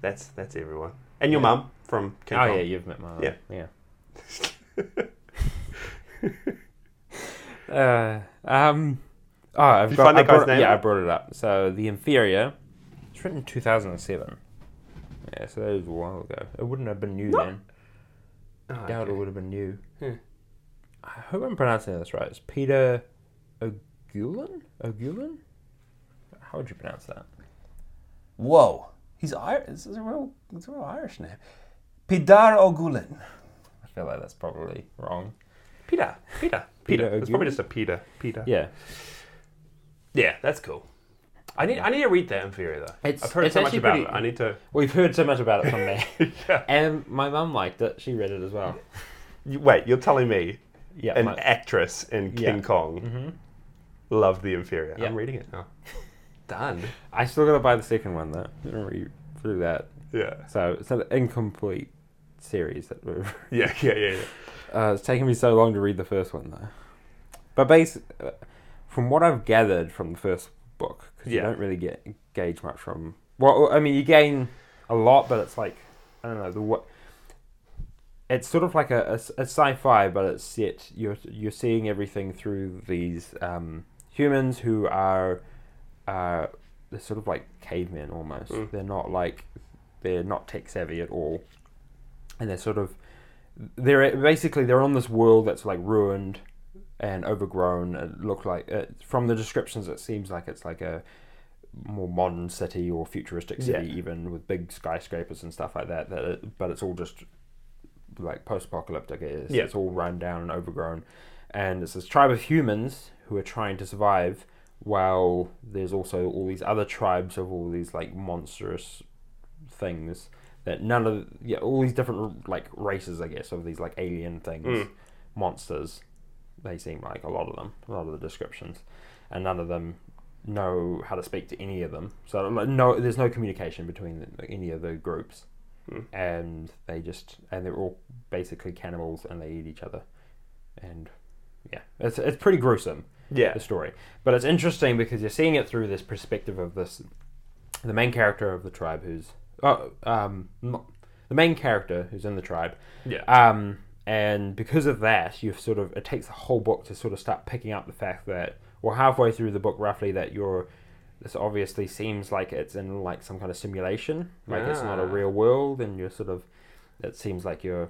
Speaker 2: that's that's everyone. And your mum from King
Speaker 1: oh
Speaker 2: Kong.
Speaker 1: yeah, you've met my
Speaker 2: Yeah.
Speaker 1: yeah.
Speaker 2: (laughs)
Speaker 1: Uh, um, oh, I've
Speaker 2: you
Speaker 1: got,
Speaker 2: find
Speaker 1: I
Speaker 2: that guy's
Speaker 1: brought,
Speaker 2: name?
Speaker 1: Yeah, I brought it up. So the inferior, it's written in two thousand and seven. Yeah, so that was a while ago. It wouldn't have been new
Speaker 2: No.
Speaker 1: then.
Speaker 2: Oh,
Speaker 1: Doubt
Speaker 2: okay.
Speaker 1: it would have been new.
Speaker 2: Hmm.
Speaker 1: I hope I'm pronouncing this right. It's Peter O'Gulin. O'Gulin. How would you pronounce that?
Speaker 2: Whoa, he's Irish. This is a real, it's a real Irish name. Pidar O'Gulin.
Speaker 1: I feel like that's probably wrong.
Speaker 2: Peter, Peter,
Speaker 1: Peter
Speaker 2: Peter. It's probably
Speaker 1: O'Gulin?
Speaker 2: just a Peter, Peter.
Speaker 1: Yeah,
Speaker 2: yeah, that's cool. I need, I need to read that inferior though.
Speaker 1: It's-
Speaker 2: I've heard
Speaker 1: it's
Speaker 2: so much
Speaker 1: actually
Speaker 2: about
Speaker 1: pretty-
Speaker 2: it. I need to.
Speaker 1: we've heard so much about it from there.
Speaker 2: Yeah.
Speaker 1: And my mum liked it. She read it as well.
Speaker 2: You- Wait, you're telling me
Speaker 1: Yeah,
Speaker 2: an
Speaker 1: my-
Speaker 2: actress
Speaker 1: Yeah.
Speaker 2: in
Speaker 1: Mm-hmm.
Speaker 2: King Kong loved the inferior? I'm reading it
Speaker 1: (laughs)
Speaker 2: now. Done.
Speaker 1: I still gotta buy the second one though. Didn't read through that.
Speaker 2: Yeah.
Speaker 1: So it's an incomplete series that we've.
Speaker 2: Yeah, (laughs) yeah, yeah, yeah.
Speaker 1: Uh, it's taken me so long to read the first one though. But base, uh, from what I've gathered from the first book, because you
Speaker 2: Yeah.
Speaker 1: don't really get gauge much from. Well, I mean, you gain a lot, but it's like I don't know the what. It's sort of like a, a s- a sci-fi, but it's set. You're you're seeing everything through these um, humans who are, uh, they're sort of like cavemen almost. They're not like, they're not tech savvy at all, and they're sort of, they're basically they're on this world that's like ruined and overgrown. It look like uh, from the descriptions, it seems like it's like a more modern city or futuristic city,
Speaker 2: Yeah.
Speaker 1: even with big skyscrapers and stuff like that. That it, but it's all just like post-apocalyptic. It is.
Speaker 2: Yeah.
Speaker 1: It's all run down and overgrown, and it's this tribe of humans who are trying to survive. While there's also all these other tribes of all these like monstrous things that none of yeah all these different like races I guess of these like alien things monsters they seem like a lot of them a lot of the descriptions and none of them know how to speak to any of them so like, no there's no communication between the, any of the groups and they just and they're all basically cannibals and they eat each other and yeah it's it's pretty gruesome
Speaker 2: Yeah.
Speaker 1: the story. But it's interesting because you're seeing it through this perspective of this, the main character of the tribe who's, oh, um, m- the main character who's in the tribe.
Speaker 2: Yeah.
Speaker 1: Um, and because of that, you've sort of it takes the whole book to sort of start picking up the fact that, well, halfway through the book, roughly, that you're. This obviously seems like it's in like some kind of simulation, like it's not a
Speaker 2: Ah.
Speaker 1: real world, and you're sort of. It seems like you're.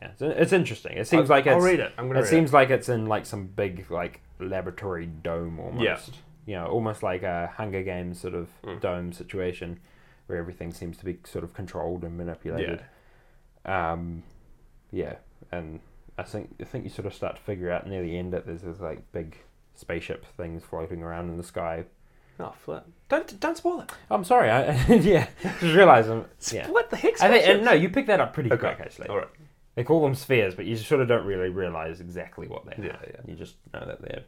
Speaker 1: Yeah, it's, it's interesting. It seems
Speaker 2: I'll-
Speaker 1: like
Speaker 2: I'll
Speaker 1: it's,
Speaker 2: read it. I'm gonna
Speaker 1: it
Speaker 2: read it.
Speaker 1: seems like it's in like some big like laboratory dome almost.
Speaker 2: Yeah. Hmm.
Speaker 1: You know, almost like a Hunger Games sort of dome situation where everything seems to be sort of controlled and manipulated. Yeah. Um, yeah, and I think I think you sort of start to figure out near the end that there's this like big spaceship things floating around in the sky.
Speaker 2: Oh, flip. Don't don't spoil it.
Speaker 1: I'm sorry, I (laughs) yeah, just realised. I'm- Yeah,
Speaker 2: What the heck?
Speaker 1: I think and no, you picked that up pretty
Speaker 2: Okay.
Speaker 1: quick actually.
Speaker 2: All right.
Speaker 1: They call them spheres, but you sort of don't really realize exactly what they
Speaker 2: Yeah,
Speaker 1: are.
Speaker 2: yeah.
Speaker 1: You just know that they're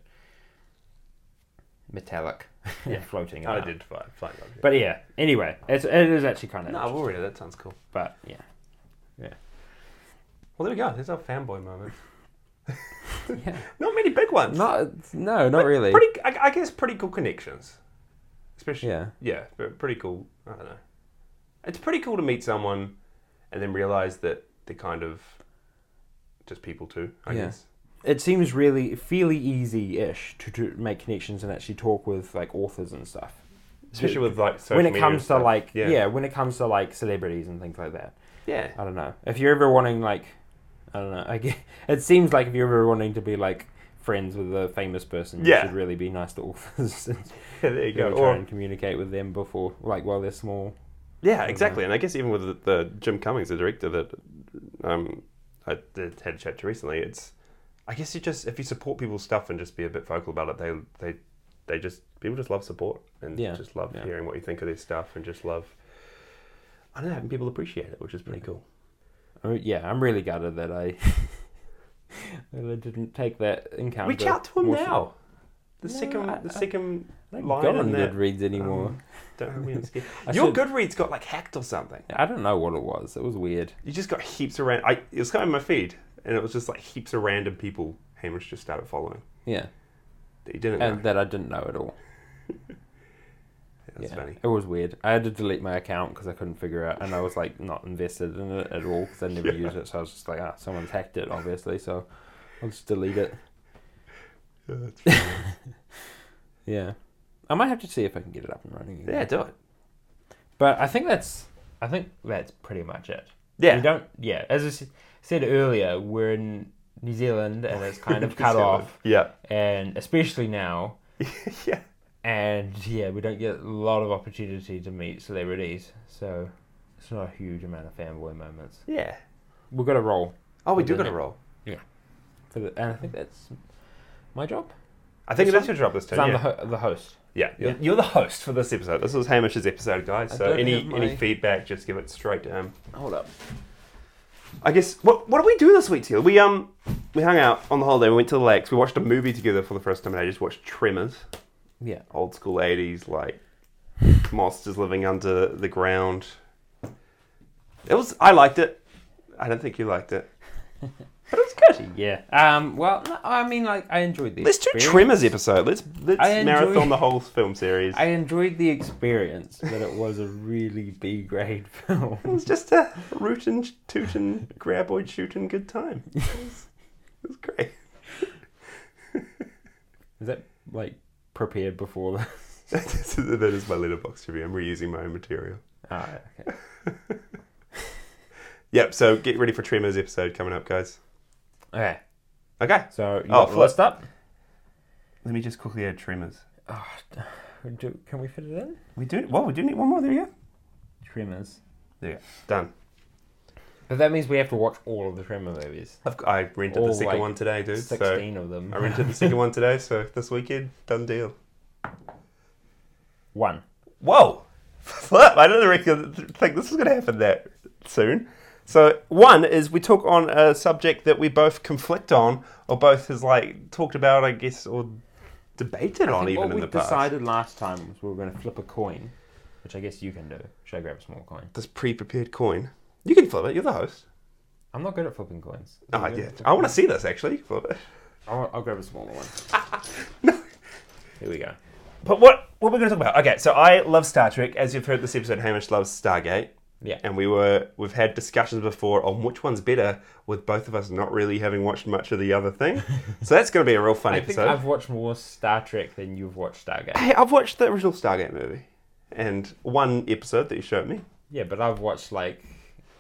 Speaker 1: metallic, (laughs) yeah. floating.
Speaker 2: I
Speaker 1: About.
Speaker 2: did find find object.
Speaker 1: But yeah. Anyway, it's, it is actually kind of.
Speaker 2: no, we'll read it. That sounds cool.
Speaker 1: But yeah. (laughs)
Speaker 2: Well, there we go. There's our fanboy moment.
Speaker 1: Yeah.
Speaker 2: (laughs) Not many big ones.
Speaker 1: Not no, not really.
Speaker 2: Pretty, I, I guess, pretty cool connections. Especially,
Speaker 1: Yeah.
Speaker 2: yeah, but pretty cool. I don't know. It's pretty cool to meet someone, and then realize that they're kind of just people too. I
Speaker 1: Yeah.
Speaker 2: guess.
Speaker 1: It seems really fairly easy-ish to, to make connections and actually talk with like authors and stuff.
Speaker 2: Especially with like social
Speaker 1: when it
Speaker 2: media
Speaker 1: comes
Speaker 2: and
Speaker 1: to
Speaker 2: stuff.
Speaker 1: like
Speaker 2: yeah,
Speaker 1: yeah. when it comes to like celebrities and things like that.
Speaker 2: yeah. (laughs)
Speaker 1: I don't know. If you're ever wanting like I don't know, (laughs) I guess, it seems like if you're ever wanting to be like friends with a famous person,
Speaker 2: Yeah.
Speaker 1: you should really be nice (laughs) to authors and
Speaker 2: Yeah, there you
Speaker 1: you know,
Speaker 2: go.
Speaker 1: try
Speaker 2: Or,
Speaker 1: and communicate with them before like while they're small. Um,
Speaker 2: yeah, exactly. And I guess even with the, the Jim Cummings, the director that um, I did, had a chat to recently, it's I guess you just if you support people's stuff and just be a bit vocal about it, they they they just people just love support and
Speaker 1: Yeah,
Speaker 2: just love
Speaker 1: yeah.
Speaker 2: hearing what you think of their stuff and just love. I don't know, having people appreciate it, which is pretty cool.
Speaker 1: Oh, yeah, I'm really gutted that I (laughs) that I didn't take that encounter.
Speaker 2: Reach out to him
Speaker 1: more se-
Speaker 2: now. The
Speaker 1: No,
Speaker 2: second,
Speaker 1: I-
Speaker 2: the
Speaker 1: I-
Speaker 2: second
Speaker 1: I don't
Speaker 2: line
Speaker 1: go
Speaker 2: in
Speaker 1: on
Speaker 2: that.
Speaker 1: Goodreads anymore.
Speaker 2: um, don't remember his name.
Speaker 1: (laughs) I
Speaker 2: Your
Speaker 1: should-
Speaker 2: Goodreads got like hacked or something.
Speaker 1: I don't know what it was. It was weird.
Speaker 2: You just got heaps of random. I it was kind of my feed, and it was just like heaps of random people. Hamish just started following.
Speaker 1: Yeah,
Speaker 2: That you didn't. know.
Speaker 1: and that I didn't know at all.
Speaker 2: That's
Speaker 1: yeah,
Speaker 2: funny.
Speaker 1: it was weird. I had to delete my account because I couldn't figure out, and I was like not invested in it at all because I never
Speaker 2: (laughs) Yeah.
Speaker 1: used it. So I was just like, ah, someone's hacked it, obviously. So I'll just delete it.
Speaker 2: Yeah, that's funny.
Speaker 1: Yeah, I might have to see if I can get it up and running. Again.
Speaker 2: yeah, do it.
Speaker 1: but I think that's I think that's pretty much it.
Speaker 2: Yeah.
Speaker 1: We don't. Yeah, as I s- said earlier, we're in New Zealand and it's (laughs) kind of
Speaker 2: (laughs) New
Speaker 1: cut
Speaker 2: Zealand.
Speaker 1: off,
Speaker 2: Yeah. (laughs)
Speaker 1: and especially now,
Speaker 2: yeah.
Speaker 1: and yeah, we don't get a lot of opportunity to meet celebrities, so it's not a huge amount of fanboy moments.
Speaker 2: Yeah.
Speaker 1: We've got to roll
Speaker 2: Oh, we
Speaker 1: We'll
Speaker 2: do
Speaker 1: do
Speaker 2: got to
Speaker 1: it.
Speaker 2: roll.
Speaker 1: for the, and I think that's my job.
Speaker 2: I think it
Speaker 1: This
Speaker 2: is your job this
Speaker 1: 'cause I'm
Speaker 2: time. Yeah.
Speaker 1: the, ho- the host.
Speaker 2: yeah.
Speaker 1: Yeah.
Speaker 2: You're the host for this episode. This was Hamish's episode, guys.
Speaker 1: I
Speaker 2: So
Speaker 1: don't
Speaker 2: any
Speaker 1: have my-
Speaker 2: any feedback, just give it straight to him.
Speaker 1: Hold up.
Speaker 2: I guess what what did we do this week, Teal? We um we hung out on the holiday. We went to the lakes. We watched a movie together for the first time, and I just watched Tremors.
Speaker 1: Yeah.
Speaker 2: old school 80s, like monsters living under the ground. It was, I liked it. I don't think you liked (laughs) it. But it was good.
Speaker 1: Yeah. Um. Well, no, I mean, like, I enjoyed the.
Speaker 2: Let's do
Speaker 1: experience.
Speaker 2: Tremors episode. Let's let's
Speaker 1: I enjoy-
Speaker 2: marathon (laughs) the whole film series.
Speaker 1: I enjoyed the experience, but it was a really B grade (laughs) film.
Speaker 2: It was just a rootin', tootin', graboid shootin' good (laughs) time. It was, it was great. (laughs)
Speaker 1: Is that like prepared before the? (laughs)
Speaker 2: that is my letterbox review. I'm reusing my own material.
Speaker 1: Ah, okay.
Speaker 2: Yep. So get ready for Tremors episode coming up, guys.
Speaker 1: Okay.
Speaker 2: Okay.
Speaker 1: So you
Speaker 2: Oh,
Speaker 1: got the list up.
Speaker 2: Let me just quickly add Tremors.
Speaker 1: Oh, do, can we fit it in?
Speaker 2: We do. Well, we do need one more. There you go.
Speaker 1: Tremors.
Speaker 2: There you go. Done.
Speaker 1: But that means we have to watch all of the Tremor movies.
Speaker 2: I've, got- I rented
Speaker 1: All,
Speaker 2: the second
Speaker 1: like,
Speaker 2: one today, dude. So
Speaker 1: Sixteen of them.
Speaker 2: I rented the second one today, so this weekend, done deal.
Speaker 1: (laughs) One.
Speaker 2: (laughs) Whoa! Flip! I didn't reckon, think this was going to happen that soon. So, one is we took on a subject that we both conflict on, or both has like talked about, I guess, or debated on even
Speaker 1: what
Speaker 2: in
Speaker 1: we
Speaker 2: the past.
Speaker 1: decided last time was we were going to flip a coin, which I guess you can do. Should I grab a small coin?
Speaker 2: This pre prepared coin. You can flip it, you're the host.
Speaker 1: I'm not good at flipping coins.
Speaker 2: Oh, yeah. I want to see this actually. You can Flip it.
Speaker 1: I'll, I'll grab a smaller one.
Speaker 2: (laughs)
Speaker 1: Here we go.
Speaker 2: But what, what we're going to talk about? Okay, so I love Star Trek. As you've heard this episode, Hamish loves Stargate.
Speaker 1: Yeah.
Speaker 2: and we were we've had discussions before on which one's better with both of us not really having watched much of the
Speaker 1: (laughs)
Speaker 2: other thing so that's going to be a real fun
Speaker 1: I think
Speaker 2: episode
Speaker 1: I've watched more Star Trek than you've watched Stargate.
Speaker 2: hey i've watched the original stargate movie and one episode that you showed me
Speaker 1: Yeah, but I've watched like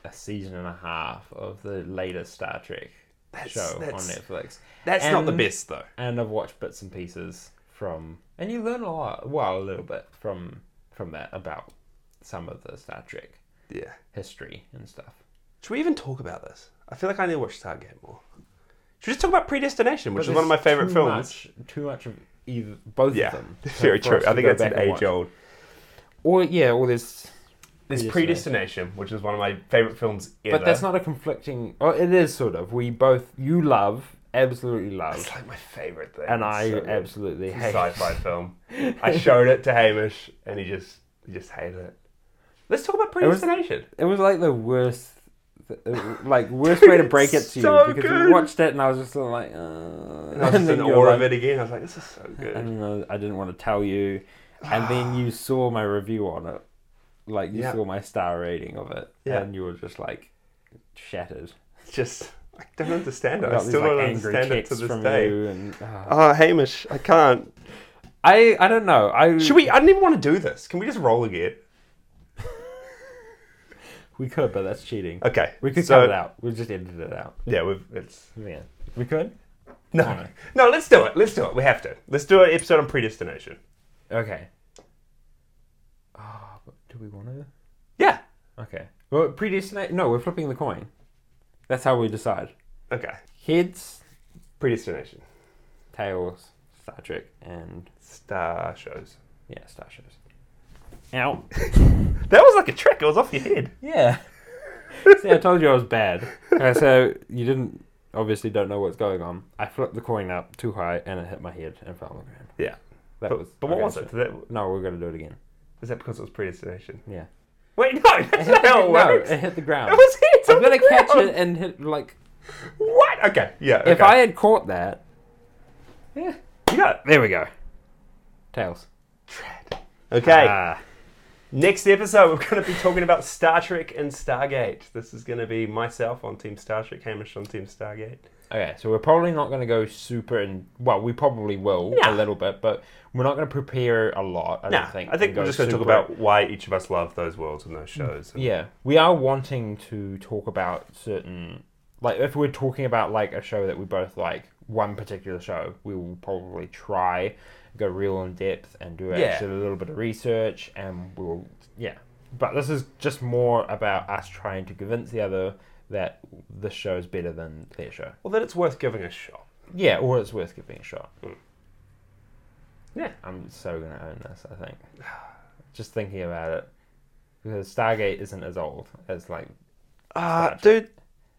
Speaker 1: a season and a half of the latest Star Trek
Speaker 2: That's-
Speaker 1: show
Speaker 2: that's-
Speaker 1: on Netflix.
Speaker 2: that's not the
Speaker 1: And-
Speaker 2: best though
Speaker 1: and I've watched bits and pieces from, and you learn a lot, well, a little bit from from that about some of the Star Trek
Speaker 2: yeah
Speaker 1: history and stuff.
Speaker 2: should we even talk about this i feel like i need to watch stargate more should we just talk about predestination which
Speaker 1: But
Speaker 2: is one of my
Speaker 1: there's
Speaker 2: favorite
Speaker 1: too
Speaker 2: films
Speaker 1: Much, too much of either both
Speaker 2: yeah
Speaker 1: of them.
Speaker 2: (laughs) very
Speaker 1: for
Speaker 2: true
Speaker 1: us
Speaker 2: i
Speaker 1: to
Speaker 2: think
Speaker 1: go
Speaker 2: that's
Speaker 1: back
Speaker 2: an
Speaker 1: and watch.
Speaker 2: age old
Speaker 1: Or yeah, or there's
Speaker 2: There's
Speaker 1: Predestination.
Speaker 2: Predestination, which is one of my favorite films ever.
Speaker 1: But that's not a conflicting. Oh, it is sort of. We both you love absolutely love,
Speaker 2: It's like my favorite thing.
Speaker 1: and
Speaker 2: It's
Speaker 1: I
Speaker 2: so good.
Speaker 1: absolutely
Speaker 2: It's a
Speaker 1: hate.
Speaker 2: sci-fi film. I showed it to Hamish, and he just he just hated it. Let's talk about
Speaker 1: It was- (laughs)
Speaker 2: Predestination.
Speaker 1: (laughs) It was like the worst, th- it- like worst way to break it
Speaker 2: it's
Speaker 1: to you
Speaker 2: so
Speaker 1: because
Speaker 2: good.
Speaker 1: we watched it and I was just sort of like, uh, (laughs)
Speaker 2: And I was just in
Speaker 1: you were
Speaker 2: awe
Speaker 1: like,
Speaker 2: of it again. I was like, this is so
Speaker 1: I
Speaker 2: good.
Speaker 1: don't know. I didn't want to tell you, and
Speaker 2: (sighs)
Speaker 1: then you saw my review on it, like you
Speaker 2: Yeah.
Speaker 1: saw my star rating of it,
Speaker 2: Yeah.
Speaker 1: and you were just like shattered.
Speaker 2: It's just I don't understand
Speaker 1: I
Speaker 2: it. I
Speaker 1: got
Speaker 2: still
Speaker 1: these,
Speaker 2: don't
Speaker 1: like, angry
Speaker 2: understand it to
Speaker 1: texts
Speaker 2: this
Speaker 1: from
Speaker 2: day.
Speaker 1: you and, ah.
Speaker 2: Oh, Hamish, I can't.
Speaker 1: I I don't know. I
Speaker 2: Should we? I don't even want to do this. Can we just roll again?
Speaker 1: We could, but that's cheating.
Speaker 2: Okay.
Speaker 1: We could
Speaker 2: so-
Speaker 1: cut it out. We just edited it out.
Speaker 2: Yeah, we've, it's
Speaker 1: Yeah, we could.
Speaker 2: no, no. Let's do it. Let's do it. We have to. Let's do an episode on predestination.
Speaker 1: Okay. Ah, but do we want to?
Speaker 2: Yeah.
Speaker 1: Okay. Well, predestinate. No, we're flipping the coin. That's how we decide.
Speaker 2: Okay.
Speaker 1: Heads,
Speaker 2: Predestination.
Speaker 1: tails, Star Trek, and
Speaker 2: Star shows.
Speaker 1: yeah, Star Shows. Ow.
Speaker 2: That was like a trick. It was off your head. (laughs)
Speaker 1: Yeah. See, I told you I was bad. Okay, so you didn't obviously don't know what's going on. I flipped the coin up too high and it hit my head and fell on the ground.
Speaker 2: Yeah.
Speaker 1: That
Speaker 2: But,
Speaker 1: was.
Speaker 2: but what
Speaker 1: okay,
Speaker 2: was
Speaker 1: so-
Speaker 2: it? Did that,
Speaker 1: No, we're gonna do it again.
Speaker 2: was that because it was predestination? (laughs)
Speaker 1: Yeah. (laughs)
Speaker 2: Wait, no. That's not how it
Speaker 1: no,
Speaker 2: works.
Speaker 1: it hit the ground.
Speaker 2: It was hit
Speaker 1: I'm
Speaker 2: on
Speaker 1: gonna
Speaker 2: the
Speaker 1: catch
Speaker 2: ground.
Speaker 1: it and hit like
Speaker 2: What? Okay. Yeah. Okay.
Speaker 1: if I had caught that. Yeah.
Speaker 2: You got it.
Speaker 1: There we go. Tails.
Speaker 2: Okay.
Speaker 1: Ah.
Speaker 2: Next episode, we're going to be talking about Star Trek and Stargate. This is going to be myself on Team Star Trek, Hamish on Team Stargate.
Speaker 1: Okay, so we're probably not going to go super and well, we probably will a
Speaker 2: No.
Speaker 1: little bit, but we're not going to prepare a lot. I
Speaker 2: No,
Speaker 1: don't think.
Speaker 2: I think
Speaker 1: and
Speaker 2: we're
Speaker 1: go
Speaker 2: just going to talk
Speaker 1: super-
Speaker 2: about why each of us love those worlds and those shows. And-
Speaker 1: Mm, Yeah, we are wanting to talk about certain, like if we're talking about like a show that we both like, one particular show, we will probably try go real in depth and do
Speaker 2: Yeah.
Speaker 1: actually a little bit of research, and we'll yeah. But this is just more about us trying to convince the other that this show is better than their show.
Speaker 2: Well, then it's worth giving a shot.
Speaker 1: Yeah, or it's worth giving a shot.
Speaker 2: Mm. Yeah.
Speaker 1: Hmm. I'm so gonna own this. I think. (sighs) Just thinking about it, because Stargate isn't as old as like,
Speaker 2: Uh,
Speaker 1: Trek.
Speaker 2: dude,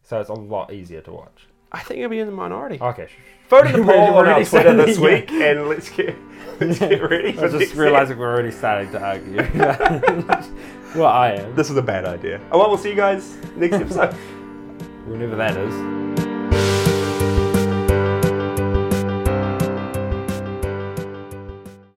Speaker 1: so it's a lot easier to watch.
Speaker 2: I think you'll be in the minority.
Speaker 1: Okay. sh-
Speaker 2: Vote (laughs) in the
Speaker 1: We're
Speaker 2: poll on our
Speaker 1: already
Speaker 2: Twitter (laughs) this
Speaker 1: sending-
Speaker 2: week, and let's get, (laughs) let's get
Speaker 1: (laughs)
Speaker 2: ready
Speaker 1: I
Speaker 2: for
Speaker 1: was just
Speaker 2: next
Speaker 1: realizing we're already starting to argue. well, I
Speaker 2: year.
Speaker 1: (laughs) am.
Speaker 2: (laughs) This was a bad idea. Oh, well, we'll see you guys next episode.
Speaker 1: Whenever that is.